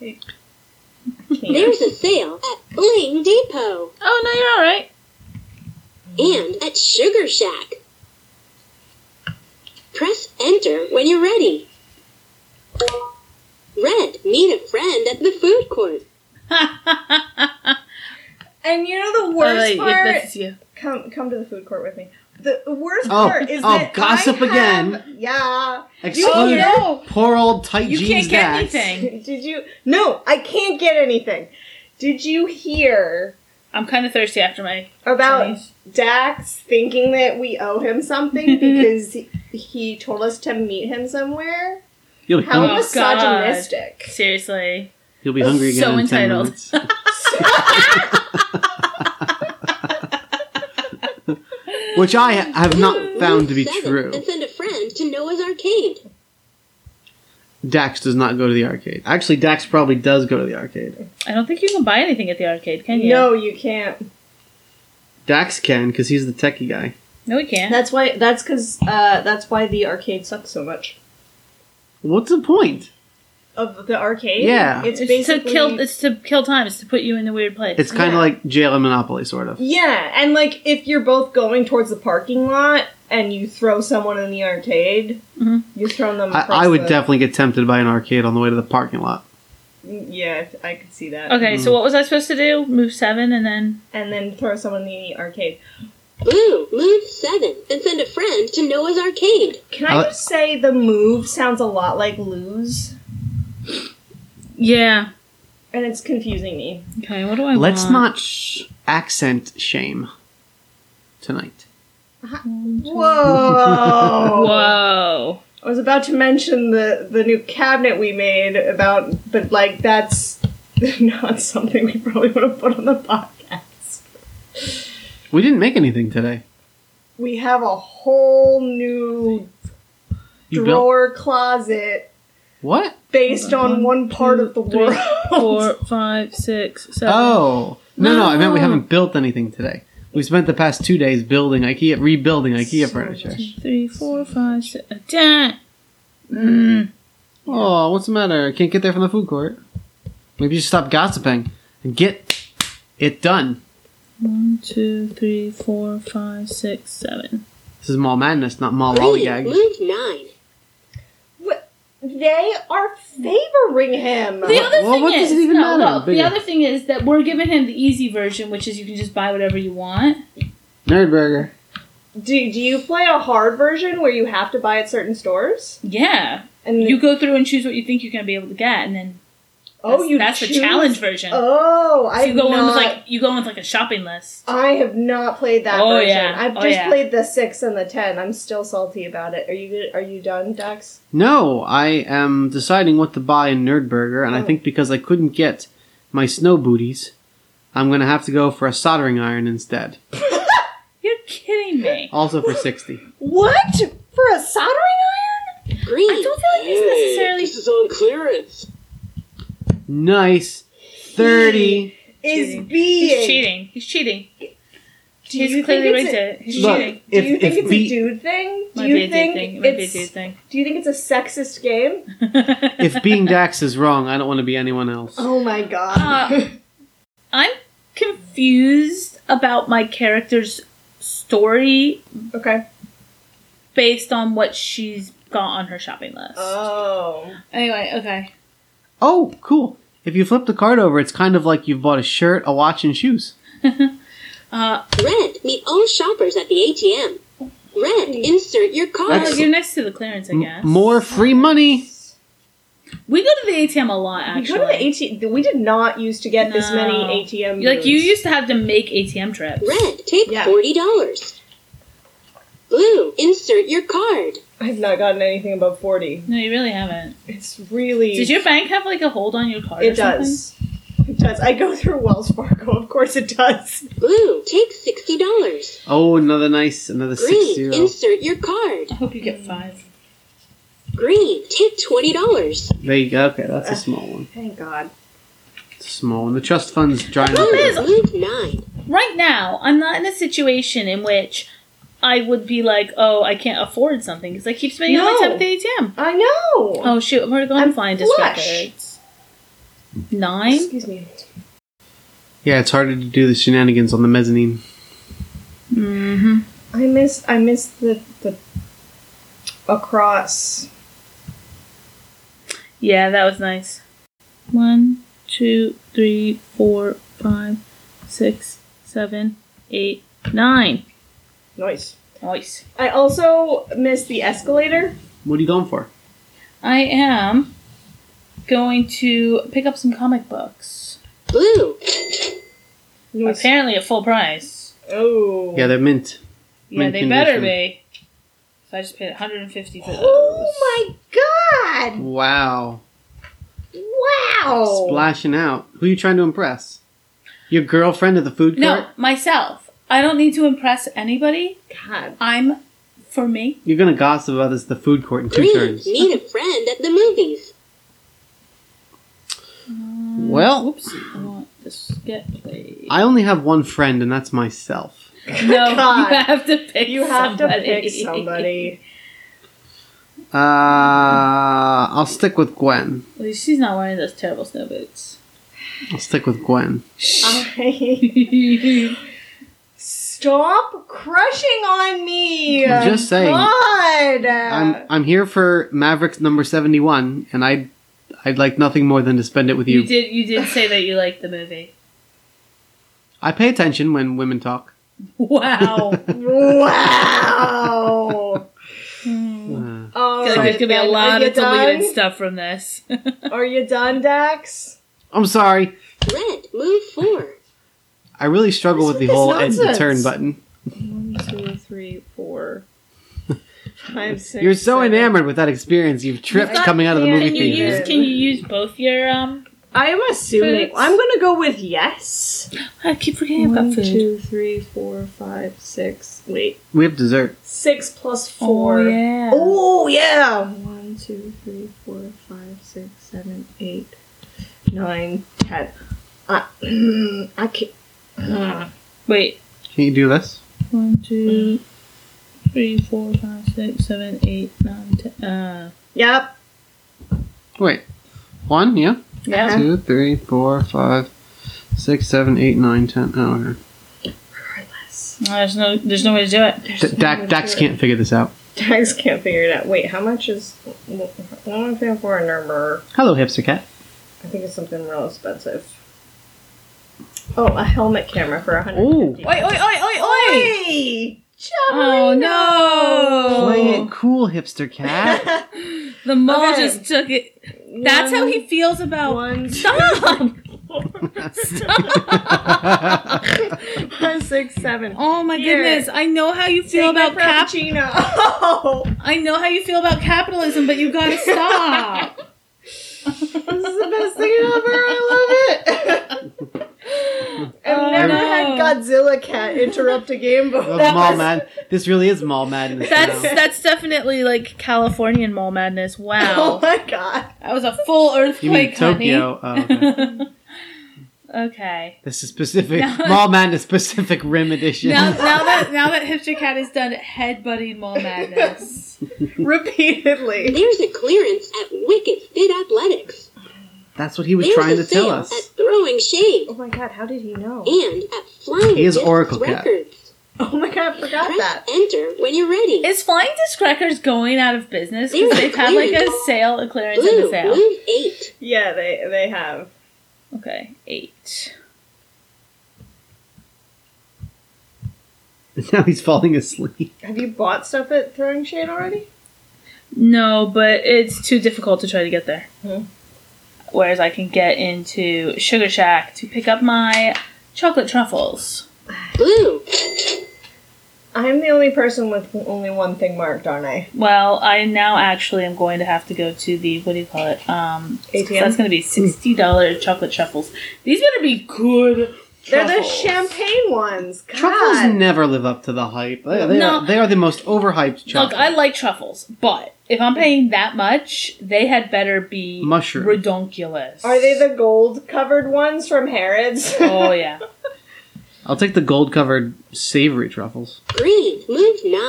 There's a sale at Bling Depot Oh, no, you're all right. and at Sugar Shack. Press enter when you're ready. Red, meet a friend at the food court. And you know the worst Oh, wait, part. that's you. Come, come to the food court with me. The worst Oh, part is oh, that gossip I have- again. Yeah. Exclude Oh, no. poor old tight You can't jeans get dad. anything. Did you? No, I can't get anything. Did you hear I'm kind of thirsty after my. about Chinese. Dax thinking that we owe him something because he, he told us to meet him somewhere? You'll be, How Oh, hung- God. misogynistic! Seriously. you'll be hungry again So in entitled. 10 minutes. Which I ha- have not Blue, found move to be seven true. And send a friend to Noah's Arcade. Dax does not go to the arcade. Actually, Dax probably does go to the arcade. I don't think you can buy anything at the arcade, can you? No, you can't. Dax can because he's the techie guy. No, we can't. That's why. That's because. Uh, that's why the arcade sucks so much. What's the point? Of the arcade, Yeah. it's, It's to basically kill. It's to kill time. It's to put you in a weird place. It's kind of Yeah. like jail and Monopoly, sort of. Yeah, and like if you're both going towards the parking lot and you throw someone in the arcade, Mhm. you throw them. Across I, I would the, definitely get tempted by an arcade on the way to the parking lot. Mm, Yeah, I could see that. okay. Mm. So what was I supposed to do? Move seven and then. And then throw someone in the arcade. Blue, move seven and send a friend to Noah's Arcade. Can I Uh, just say the move sounds a lot like lose, Yeah. and it's confusing me. Okay. What do I? Let's want? not sh- accent shame tonight. Whoa! Whoa. I was about to mention the the new cabinet we made about, but like that's not something we probably want to put on the podcast. We didn't make anything today. We have a whole new You built drawer closet what? based on one part of the world. Four, five, six, seven. Oh no, no, I meant we No. haven't built anything today. We spent the past two days building IKEA, rebuilding IKEA furniture. Three, four, five, six. Mm. Dun. Oh, what's the matter? I can't get there from the food court. Maybe you should stop gossiping and get it done. One, two, three, four, five, six, seven. This is mall madness, not mall Green, lollygag. move nine. They are favoring him. The other Well, thing what is, does it even no, matter? look, the Bigger. other thing is that we're giving him the easy version, which is you can just buy whatever you want. Nerdburger. do, do you play a hard version where you have to buy at certain stores? Yeah. And You go through and choose what you think you're going to be able to get, and then oh, that's, you that's the choose- challenge version. Oh, so I you go not, in with like you go in with like a shopping list. I have not played that Oh, version. yeah. I've Oh, just yeah. played the six and the ten. I'm still salty about it. Are you are you done, Dex? No, I am deciding what to buy in Nerdburger, and I think because I couldn't get my snow booties, I'm gonna have to go for a soldering iron instead. You're kidding me. Also for sixty. What? For a soldering iron? Green. I don't feel like he's Hey, necessarily. This is on clearance. Nice. 30. Is Cheating. being. He's cheating. He's cheating. Do he's you clearly think it's raised a- it. He's do you- Look, cheating. Do if- you think if it's be- a dude thing? Do Might you be a dude think thing. It might be a dude it's? thing. Do you think it's a sexist game? If being Dax is wrong, I don't want to be anyone else. Oh my god! Uh, I'm confused about my character's story okay. based on what she's got on her shopping list. Oh. Anyway, okay. Oh, cool. If you flip the card over, it's kind of like you've bought a shirt, a watch, and shoes. Uh, Red. Meet all shoppers at the ATM. Red. Insert your card. oh, you're next to the clearance, I M- guess. more free money. we go to the ATM a lot, We actually. go to the ATM. We did not used to get this many No. ATM. Like you booths. used to have to make ATM trips. Red. Take Yeah. $40. Blue. Insert your card. I've not gotten anything above forty. No, you really haven't. It's really. Does your bank have like a hold on your card? or It does. It does. I go through Wells Fargo. Of course, it does. Blue. Take $60. Oh, another nice, another six Green. zero. Insert your card. I hope you Mm. get five. Green. Take $20. There you go. Okay, that's a small one. Thank God. It's a small one. The trust fund's drying Oh, up. Who is- Move 9. something? Right now, I'm not in a situation in which I would be like, oh, I can't afford something because I keep spending all my No. time at the ATM. I know. Oh shoot, I'm already going I'm to find his flush. records. Nine? Excuse me. Yeah, it's harder to do the shenanigans on the mezzanine. Mm-hmm. I miss. I miss the the across. Yeah, that was nice. One, two, three, four, five, six, seven, eight, nine. Nice. Nice. I also miss the escalator. What are you going for? I am going to pick up some comic books. Blue. Nice. Apparently at full price. Oh. Yeah, they're mint. Yeah, Mint they better condition. be. So I just paid 150 for those. Oh my God! Wow. Wow. Splashing out. Who are you trying to impress? Your girlfriend at the food court? No, myself. I don't need to impress anybody. God. I'm for me. You're gonna gossip about this at the food court in two Green. turns. Meet a friend at the movies. Well, Oops, I want this to get played. I only have one friend, and that's myself. No, God. you have to pick. You have somebody. to pick somebody. Uh, I'll stick with Gwen. At least She's not wearing those terrible snow boots. I'll stick with Gwen. I stop crushing on me. I'm just saying. God. I'm I'm here for Maverick number seventy one, and I I'd like nothing more than to spend it with you. you did. You did say that you liked the movie. I pay attention when women talk. Wow, wow. Uh, All there's right, gonna be a then. lot Are of you done? deleted stuff from this. Are you done, Dax? I'm sorry. Red. Move 4. I really struggle What's with the with this whole end the nonsense? turn button. One, two, three, four. Five, six, You're so seven. enamored with that experience. You've tripped got- coming out of the yeah, movie Can you theater. use? Can you use both your um? I am assuming. Foods. I'm gonna go with yes. I keep forgetting about food. three, four, five, six. Wait, we have dessert. six plus Oh four. yeah. Oh yeah. One, two, three, four, five, six, seven, eight. Nine, ten. I, I can't. Wait. Can you do this? One, two, three, four, five, six, seven, eight, nine, ten. Uh. Yep. Wait. One, yeah? Yeah. Two, three, four, five, six, seven, eight, nine, ten. Oh, okay. Regardless, No, oh, there's no. There's no way to do it. D- Dax, Dax can't figure this out. Dax can't figure it out. Wait, how much is one paying for a number? Hello, hipster cat. I think it's something real expensive. Oh, a helmet camera for a Ooh. hundred. Oi, oi, oi, oi, oi! Hey! Oh no! Play it cool, hipster cat. The mole Okay. just took it. That's how he feels about. One, Stop! five, six, seven. Oh my Here. goodness! I know how you feel Take my about cap. frappuccino. Oh, I know how you feel about capitalism, but you gotta stop. this is the best thing ever. I love it. I've never Oh, no. had Godzilla cat interrupt a game before. Those mall man. This really is mall madness. That's now. that's definitely like Californian mall madness. Oh Wow, my god. That was a full you earthquake, mean Tokyo? Oh, okay. okay. This is specific mall madness, Pacific Rim edition. Now, now that now that Hipster Cat has done headbutting mall madness, Repeatedly. There's a clearance at Wicked Fit Athletics. That's what he was There's trying a to tell sale us. at Throwing Shade Oh my god, how did he know? and at Flying He is Disc Oracle Cat. Records. Oh my god, I forgot Press that. enter when you're ready. Is Flying Disc Records going out of business because They're they've had like a clearing. sale, a clearance, and Blue, a sale? Blue 8. Yeah, they they have. Okay, eight. now he's falling asleep. Have you bought stuff at Throwing Shade already? No, but it's too difficult to try to get there. Whereas I can get into Sugar Shack to pick up my chocolate truffles. Blue. I'm the only person with only one thing marked, aren't I? Well, I now actually am going to have to go to the what do you call it? Um, ATM? That's going to be sixty dollars chocolate truffles. These better be good. They're the truffles. champagne ones. God. Truffles never live up to the hype. They, they No. are, they are the most overhyped Look, chocolate. I like truffles, but if I'm paying that much, they had better be Mushroom. redonkulous. Are they the gold covered ones from Harrods? Oh yeah. I'll take the gold covered savory truffles. Green. Move 9.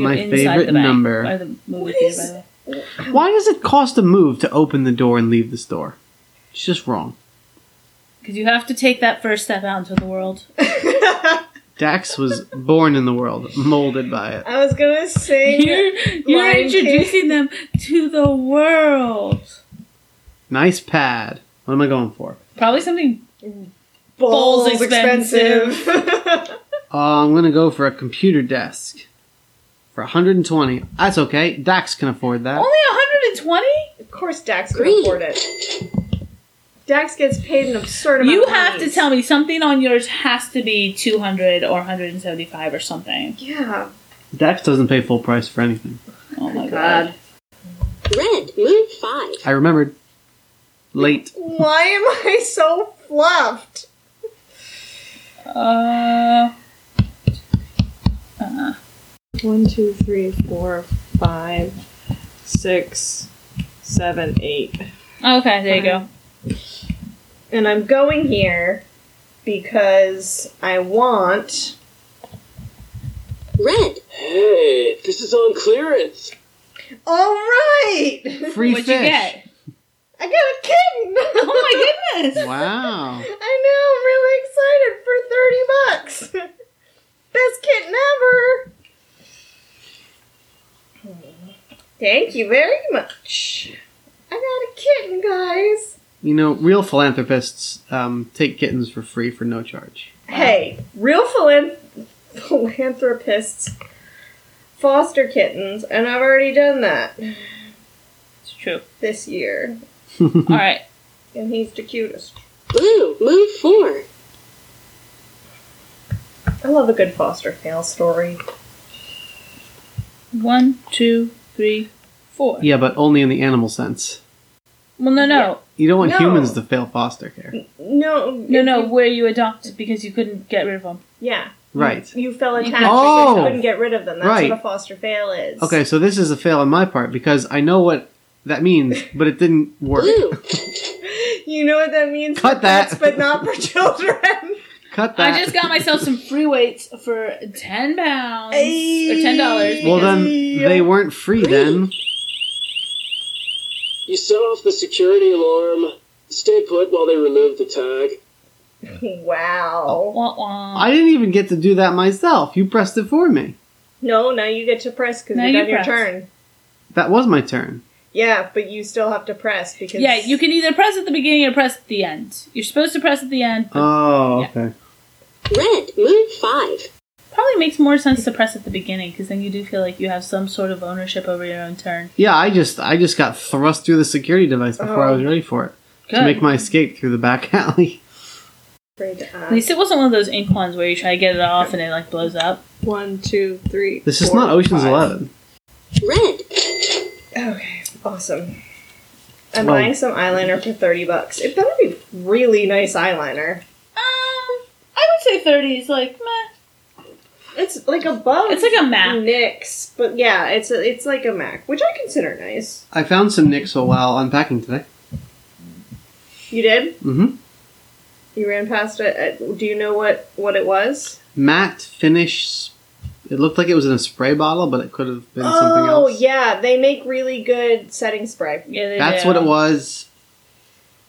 My Inside the favorite bank, number. by the movie What theater, is- by the way. Why does it cost a move to open the door and leave the store? It's just wrong. Because you have to take that first step out into the world. Dax was born in the world, molded by it. I was gonna sing. You're, you're Lion King. introducing them to the world. Nice pad. What am I going for? Probably something. Bowls Bowls expensive. expensive. Uh, I'm gonna go for a computer desk for 120. That's okay. Dax can afford that. Only 120? of course, Dax can Green. afford it. Dax gets paid an absurd amount. You of have money. to tell me something on yours has to be 200 or 175 or something. Yeah. Dax doesn't pay full price for anything. Oh my god. God, Red. Move 5. I remembered. Late. Why am I so fluffed? Uh, One, two, three, four, five, six, seven, eight. okay, there you go. And I'm going here because I want. Red. Hey, this is on clearance. All right. Free What'd fish. you get? I got a kitten. Oh my goodness! Wow. I know. I'm really excited for thirty bucks. Best kitten ever. Thank you very much. I got a kitten, guys. You know, real philanthropists um, take kittens for free for no charge. Hey, real philan- philanthropists foster kittens, and I've already done that It's true. this year, Alright. and he's the cutest. Blue. Move 4. I love a good foster fail story. One, two, three, four. Yeah, but only in the animal sense. Well, no, no. You don't want No. humans to fail foster care. No, No, no, where you adopt because you couldn't get rid of them. Yeah, Right. you fell attached because you Oh! couldn't get rid of them. That's Right. what a foster fail is. Okay, so this is a fail on my part because I know what that means, but it didn't work. Blue. You know what that means? Cut for that. pets, but not for children. Cut that. I just got myself some free weights for 10 pounds. Or Hey. $10. Well, because- then they weren't free then. You set off the security alarm. Stay put while they remove the tag. Wow. Wah, wah. I didn't even get to do that myself. You pressed it for me. No, now you get to press because Now you you got your press. turn. That was my turn. Yeah, but you still have to press because Yeah, you can either press at the beginning or press at the end. You're supposed to press at the end, but Oh, okay. Red. Move 5. probably makes more sense to press at the beginning because then you do feel like you have some sort of ownership over your own turn. Yeah, I just I just got thrust through the security device before I was ready for it Good. to make my escape through the back alley. afraid to at ask. least it wasn't one of those ink ones where you try to get it off and it like blows up. One, two, three. This is four, not Ocean's five. Eleven. Red. Okay, awesome. I'm Oh. buying some eyeliner for thirty bucks. It better be really nice eyeliner. Um, I would say thirty is like meh. It's like above. It's like a map. Nix, but yeah, it's a, it's like a Mac, which I consider nice. I found some Nixel while unpacking today. You did? Mm-hmm. You ran past it. Uh, Do you know what what it was? Matte finish. It looked like it was in a spray bottle, but it could have been something Oh else. yeah, they make really good setting spray. Yeah, they That's do. what it was.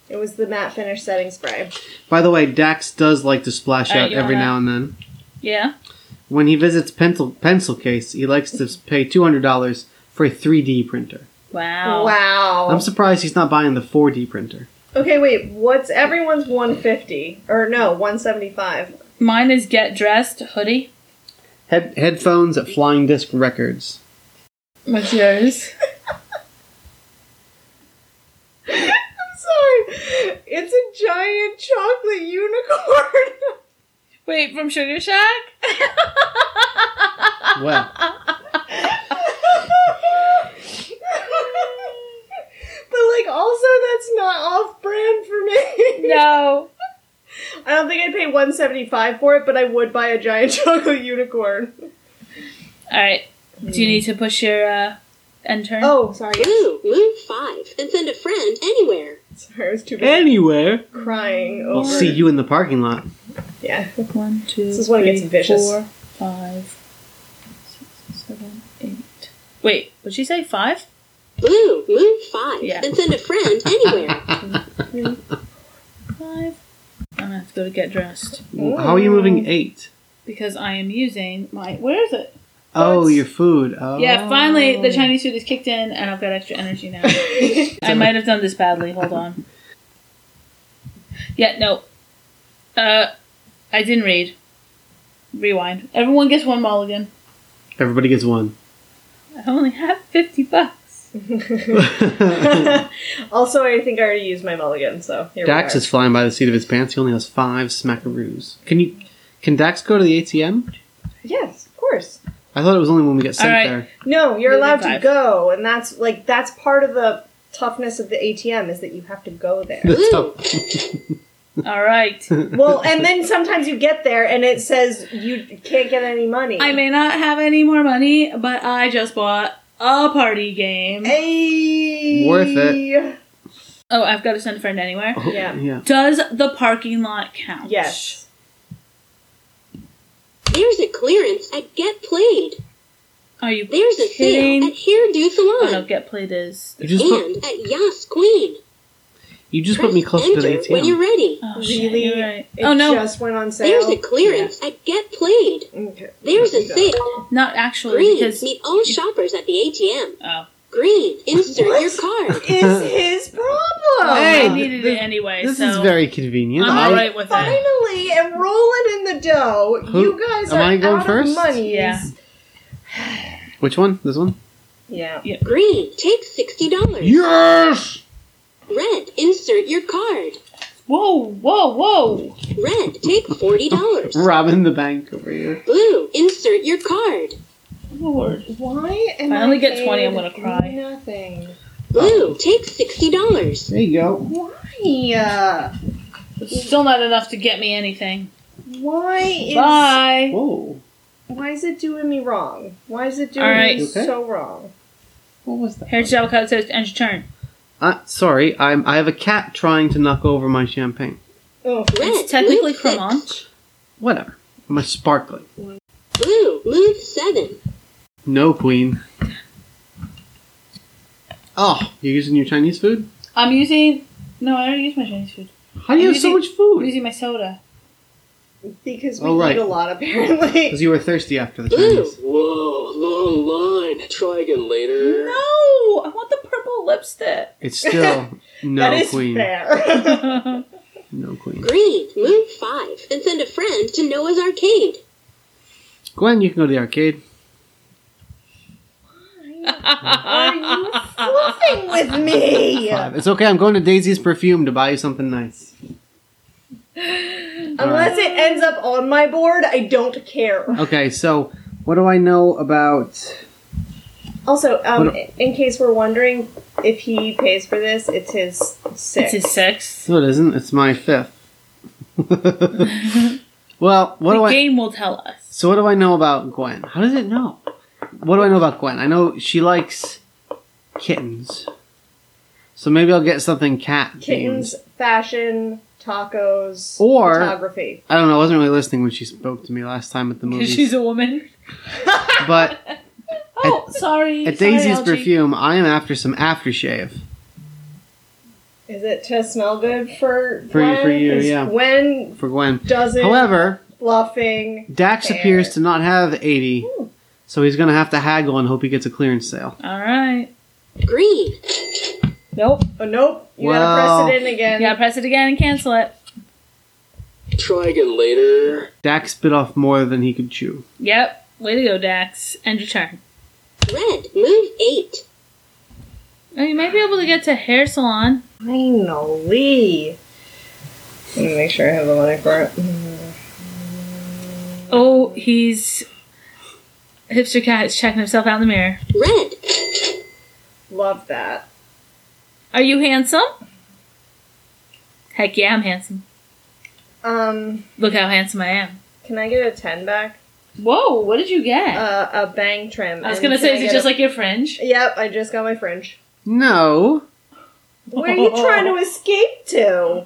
It was the matte finish setting spray. By the way, Dax does like to splash Alright, out you every wanna- now and then. Yeah. When he visits Pencil, pencil Case, he likes to pay $200 for a 3D printer. Wow. Wow. I'm surprised he's not buying the 4D printer. okay, wait. What's everyone's one fifty or no one seventy five? Mine is get dressed hoodie. Head- headphones at Flying Disc Records. What's yours? I'm sorry. It's a giant chocolate unicorn. Wait, from Sugar Shack? Well, but like, also that's not off brand for me. no. I don't think I'd pay one seventy five for it, but I would buy a giant chocolate unicorn. All right. Do you need to push your uh, end turn? Oh, sorry. Blue, move five, and send a friend anywhere. Sorry, I was too busy anywhere, crying I'll over. see you in the parking lot. Yeah. One, two, This is when it gets three, vicious. four, five, six, seven, eight. Wait, would she say five? Blue, move five, Yeah. and send a friend anywhere. Five. I'm gonna have to go to get dressed How are you moving eight? because I am using my. Where is it? Oh, your food. Oh. Yeah, finally the Chinese food is kicked in, and I've got extra energy now. I might have done this badly. Hold on. Yeah, no. Uh, I didn't read. Rewind. Everyone gets one mulligan. Oh. Everybody gets one. I only have fifty bucks. also, I think I already used my mulligan, so here Dax we are. is flying by the seat of his pants. He only has five smackaroos. Can you? Can Dax go to the ATM? yes, of course. I thought it was only when we get sent Alright. there. No, you're Maybe allowed to five. go, and that's like that's part of the toughness of the ATM is that you have to go there. That's Blue, tough. All right. Well, and then sometimes you get there and it says you can't get any money. I may not have any more money, but I just bought a party game. Ayy. Worth it. Oh, I've got to send a friend anywhere. Yeah. Yeah. Does the parking lot count? Yes. there's a clearance at Get Played. Are you There's a sale kidding? at Hairdo Oh no, Salon. get played is. You Oh, just put, And at Yas Queen. you just put me closer to the enter when you're ATM. ready. Oh, shit, Really? you're right. It oh no, just went on There's sale. a clearance at Get Played. Okay. There's a Yeah. sale. not actually Green, because. meet all shoppers at the ATM. Oh, Green, insert What? your card. Is his problem? Hey, Oh, I needed this- it anyway. This so is very convenient. I'm I- all right with it. Finally, and rolling in the dough. Who- you guys am are I going out first? of money. Yeah. Which one? This one? Yeah. Green, take sixty dollars. Yes. Red, insert your card. Whoa, whoa, whoa! Red, take forty dollars. Robbing the bank over here. Blue, insert your card. Lord. Why am If I I only get 20, I'm paid gonna cry. Nothing. Oh. Blue, take sixty dollars. There you go. Why? uh, It's still not enough to get me anything. Why is Bye. Whoa. why is it doing me wrong? Why is it doing All right. me Okay. so wrong? What was that? Heritage avocado toast. End your turn. Uh, sorry, I'm. I have a cat trying to knock over my champagne. Oh, Red, It's technically move six. Cremant. Whatever. My sparkling. Blue, move seven. No queen. Oh, you're using your Chinese food? I'm using. No, I already used my Chinese food. How do you I'm have so much using- I'm food? using my soda. because we All right. eat a lot apparently. Because you were thirsty after the Blue, Chinese. Whoa, long line. Try again later. No, I want the purple lipstick. It's still no that is queen. fair. No queen. green, move five, and send a friend to Noah's Arcade. Gwen, you can go to the arcade. Are you fluffing with me? Five. It's okay, I'm going to Daisy's Perfume to buy you something nice. Unless it ends up on my board, I don't care. Okay, so what do I know about. Also, um, What in case we're wondering, if he pays for this, it's his six. It's his sixth. No, it isn't. It's my fifth. well, what the do I. game will tell us. So what do I know about Gwen? How does it know? What do I know about Gwen? I know she likes kittens. So maybe I'll get something cat Kittens, themed. fashion, tacos, Or- photography. I don't know. I wasn't really listening when she spoke to me last time at the movie. She's a woman. but Oh, sorry. at sorry, Daisy's LG. perfume, I am after some aftershave. Is it to smell good for For you- for Gwen? you, Is yeah. Gwen for Gwen. doesn't However, bluffing. Dax Fair. appears to not have 80, so he's going to have to haggle and hope he gets a clearance sale. All right. Green. Nope. Oh, nope. You Well- gotta press it in again. You gotta press it again and cancel it. Try again later. Dax bit off more than he could chew. Yep. Way to go, Dax. End your turn. Red. Move 8. Oh, you might be able to get to hair salon. Finally. Let me make sure I have the money for it. Mm-hmm. Oh, he's hipster cat is checking himself out in the mirror. Red. Love that. Are you handsome? Heck yeah, I'm handsome. Um, Look how handsome I am. can I get a ten back? Whoa, what did you get? Uh, a bang trim. Um, I was and gonna can say, is it get just a- like your fringe? Yep, I just got my fringe. No. Where are you trying to escape to?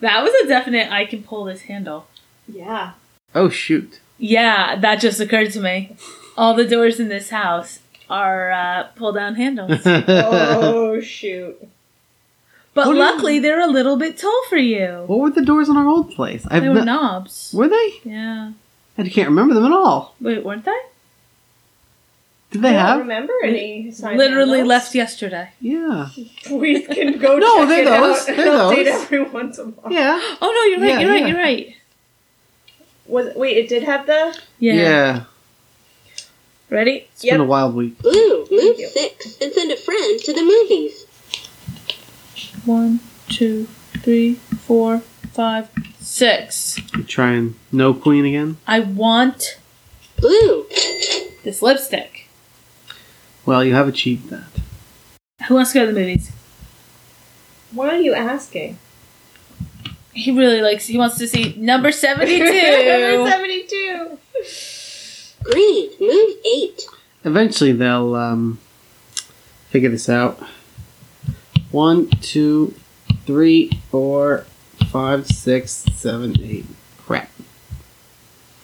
that was a definite. I can pull this handle. Yeah. Oh, shoot. Yeah, that just occurred to me. All the doors in this house are uh, pull down handles, what Oh shoot. but luckily they're a little bit tall for you. were the doors in our old place? I've They were no- knobs. Were they? Yeah. I can't remember them at all. Wait, weren't they? Did they I don't have? remember any. sign Literally handles. left yesterday. Yeah. We can go. No, check they're it out those. and They're update those. everyone tomorrow. Yeah. Oh no, you're right. Yeah, you're right. yeah. You're right. Was wait, it did have the. Yeah. Ready? It's been a wild week. Blue. Move you. 6 and send a friend to the movies. One, two, three, four, five, six. You trying No Queen again? I want Blue. This lipstick. Well, you have achieved that. Who wants to go to the movies? Why are you asking? He really likes. He wants to see number Number seventy-two. seventy-two. Green. Move 8. Eventually they'll um, figure this out. One, two, three, four, five, six, seven, eight. Crap.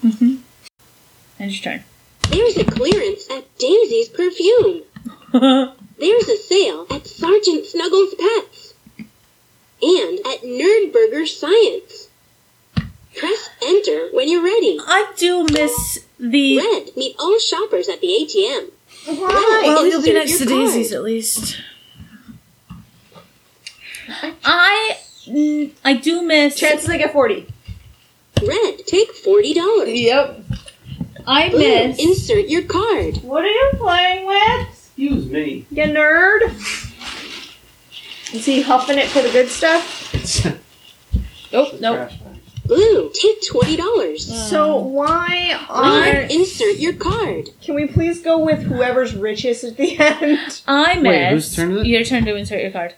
End Mm-hmm. your turn. There's a clearance at Daisy's Perfume. There's a sale at Sergeant Snuggles Pets. And at Nerdburger Science. Press enter when you're ready. I do miss the. Red. Meet all shoppers at the ATM. Why? Well, you'll be Insert next your to Daisy's card. at least. I mm, I do miss. Chances I get forty. Red. Take forty dollars. Yep. I Blue. miss. Insert your card. What are you playing with? Excuse me. You nerd. Is he huffing it for the good stuff? Oh nope. Blue. Take twenty dollars. So why Green. are? Insert your card. Can we please go with whoever's richest at the end? I miss. Wait, whose turn is it? Your turn to insert your card.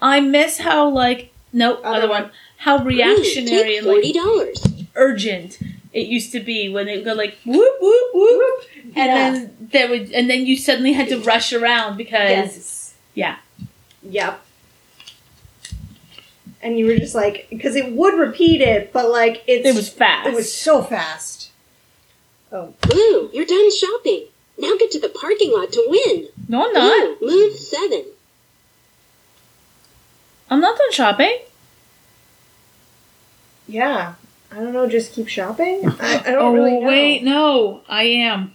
I miss how like nope Other other one. How Green. reactionary Take and like forty dollars. urgent it used to be when they would go like whoop whoop whoop and then there would and then you suddenly had to rush around because Yeah. Yep. And you were just like, because it would repeat it, but like it's it was fast. it was so fast. Blue. You're done shopping. Now get to the parking lot to win. no, I'm not. Blue. Move seven. I'm not done shopping. Yeah. I don't know. Just keep shopping. I, I Oh, don't really know. wait, no, I am.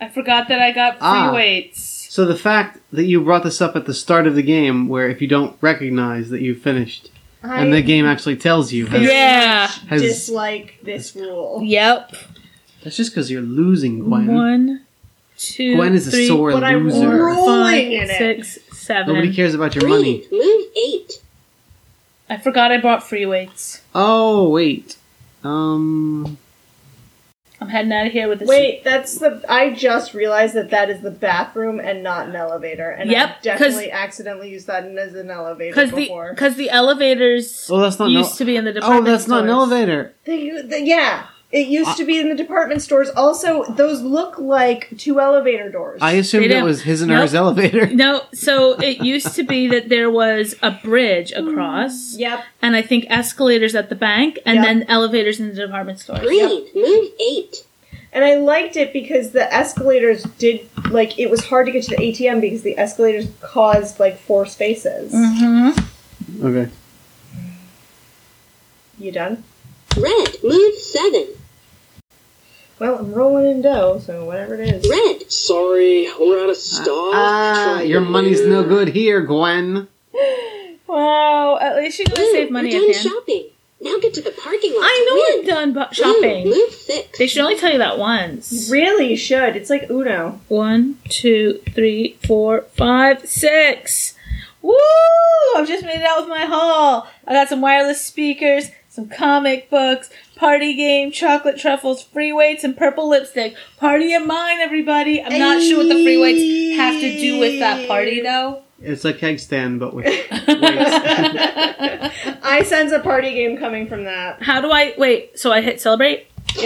I forgot that I got free Ah. weights. So the fact that you brought this up at the start of the game, where if you don't recognize that you've finished, I and the game actually tells you, has, Yeah. has, dislike this rule. Yep. that's just because you're losing, Gwen. One, two, Gwen is a three, sore But I loser. rolled- Rolling in it. six, seven. Nobody cares about your Green. money. Move eight. I forgot I brought free weights. Oh wait, um, I'm heading out of here with this. Wait, that's the. I just realized that that is the bathroom and not an elevator. And I Yep, 'cause- definitely accidentally used that as an elevator because the before. because the elevators well Oh, that's not. used no- to be in the department. oh, that's not an stores. elevator. The- the- yeah, It Uh, used to be in the department stores. Also, those look like two elevator doors. I assumed They it don't- was his and Nope. hers elevator. No, so it used to be that there was a bridge across, yep. and I think escalators at the bank, and Yeah. then elevators in the department store. Green, move eight. And I liked it because the escalators did like it was hard to get to the ATM because the escalators caused like four spaces. Mm. Okay. You done? Red, move seven. Well, I'm rolling in dough, so whatever it is. Red, Sorry, we're out of stock. Ah, Try your again money's no later. good here, Gwen. Wow, at least you're gonna blue. save money we're done again. shopping. Now get to the parking lot. I know to we're win. done bu- Blue, shopping. move six. They should only tell you that once. Really, you should. It's like Uno. One, two, three, four, five, six. Woo! I've just made it out with my haul. I got some wireless speakers, some comic books, party game, chocolate truffles, free weights, and purple lipstick. Party of mine, everybody. I'm not sure what the free weights have to do with that party, though. It's a keg stand, but with weights. I sense a party game coming from that. How do I wait? So I hit celebrate. You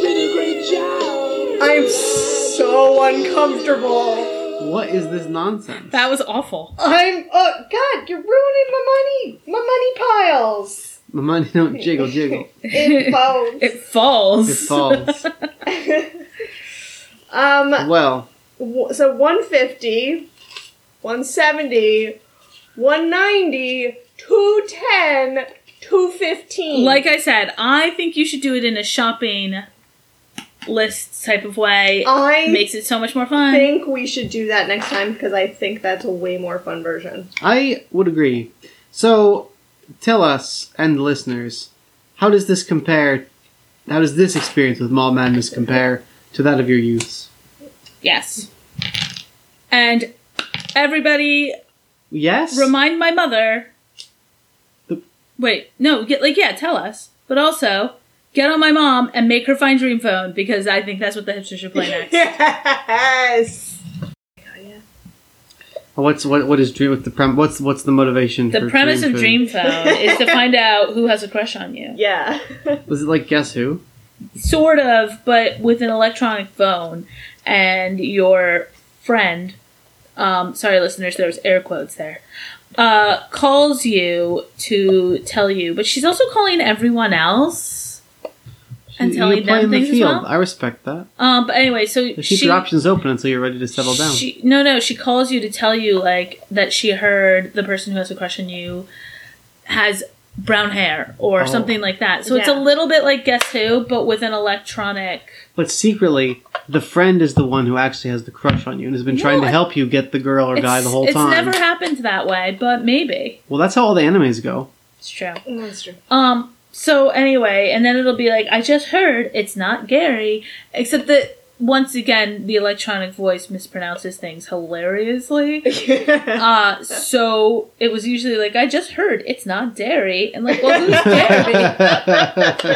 did a great job. I'm so uncomfortable. what is this nonsense? That was awful. I'm oh god, you're ruining my money. My money piles. My money don't jiggle, jiggle. It folds. It falls. It falls. um Well, w- so 150, 170, 190, 210, 215. Like I said, I think you should do it in a shopping list type of way. I makes it so much more fun. think we should do that next time because I think that's a way more fun version. I would agree. So, tell us and listeners, how does this compare? How does this experience with Mall Madness compare to that of your youths? Yes. And everybody Yes. remind my mother. The- Wait, no, get like yeah, tell us. But also get on my mom and make her find Dream Phone because I think that's what the hipster should play next. Yes. what's what? What is dream? What's the prem- What's what's the motivation? the for premise of Food? Dream Phone is to find out who has a crush on you. Yeah. Was it like Guess Who? Sort of, but with an electronic phone and your friend um, sorry listeners there's air quotes there uh, calls you to tell you but she's also calling everyone else and You- telling you play them in the things as field. well I respect that. um but anyway so They keep she, your options open until you're ready to settle down. she no no she calls you to tell you like that she heard the person who has a crush on you has brown hair or Oh. something like that so it's a Yeah. little bit like guess who but with an electronic But secretly, the friend is the one who actually has the crush on you and has been trying to I- help you get the girl or guy the whole it's time. never happened that way but maybe well, that's how all the animes go. it's true That's true. Um. So anyway, and then it'll be like, I just heard it's not Gary, except that once again the electronic voice mispronounces things hilariously. Uh, so it was usually like, I just heard it's not Dairy, and like, well, who's Dairy?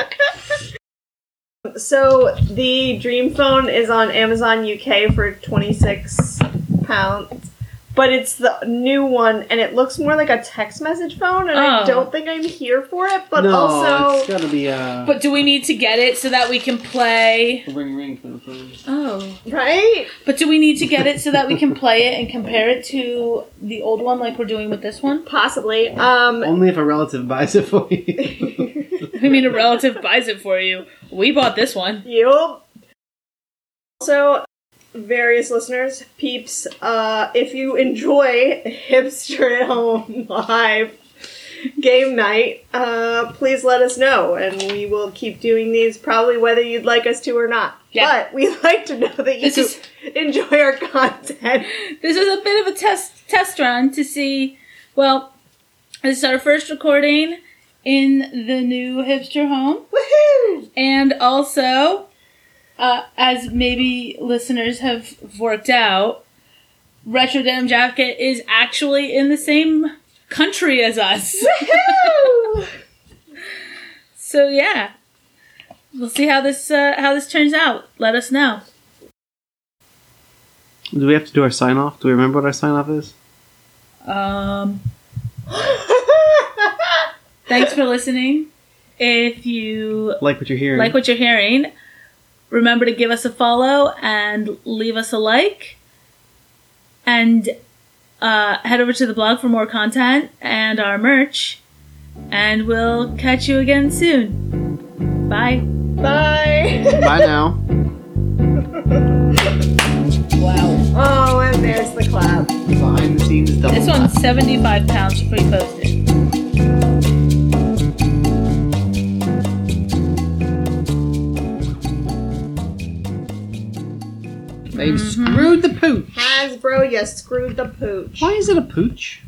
so the Dream Phone is on Amazon UK for twenty six pounds. But it's the new one, and it looks more like a text message phone, and Oh. I don't think I'm here for it. But no, also, it's gotta be uh, but do we need to get it so that we can play? ring ring phone phone. Oh, right? but do we need to get it so that we can play it and compare it to the old one, like we're doing with this one? Possibly. Um, Only if a relative buys it for you. I mean, a relative buys it for you. We bought this one. Yep. Also, various listeners, peeps, uh, if you enjoy Hipster at Home Live game night, uh, please let us know, and we will keep doing these probably whether you'd like us to or not. Yeah. But we'd like to know that you This is- enjoy our content. this is a bit of a test test run to see. Well, this is our first recording in the new hipster home, Woohoo! and also, uh, as maybe listeners have worked out, Retro Denim Jacket is actually in the same country as us. Woohoo! so yeah, we'll see how this uh, how this turns out. Let us know. do we have to do our sign off? Do we remember what our sign off is? Um, Thanks for listening. If you Like what you're hearing. like what you're hearing, remember to give us a follow and leave us a like. And uh, head over to the blog for more content and our merch. And we'll catch you again soon. Bye. Bye. Bye now. Oh, and there's the clap. Behind the scenes double. This one's 75 pounds pre posted. They've screwed the pooch. Mm-hmm. Hasbro, you screwed the pooch. Why is it a pooch?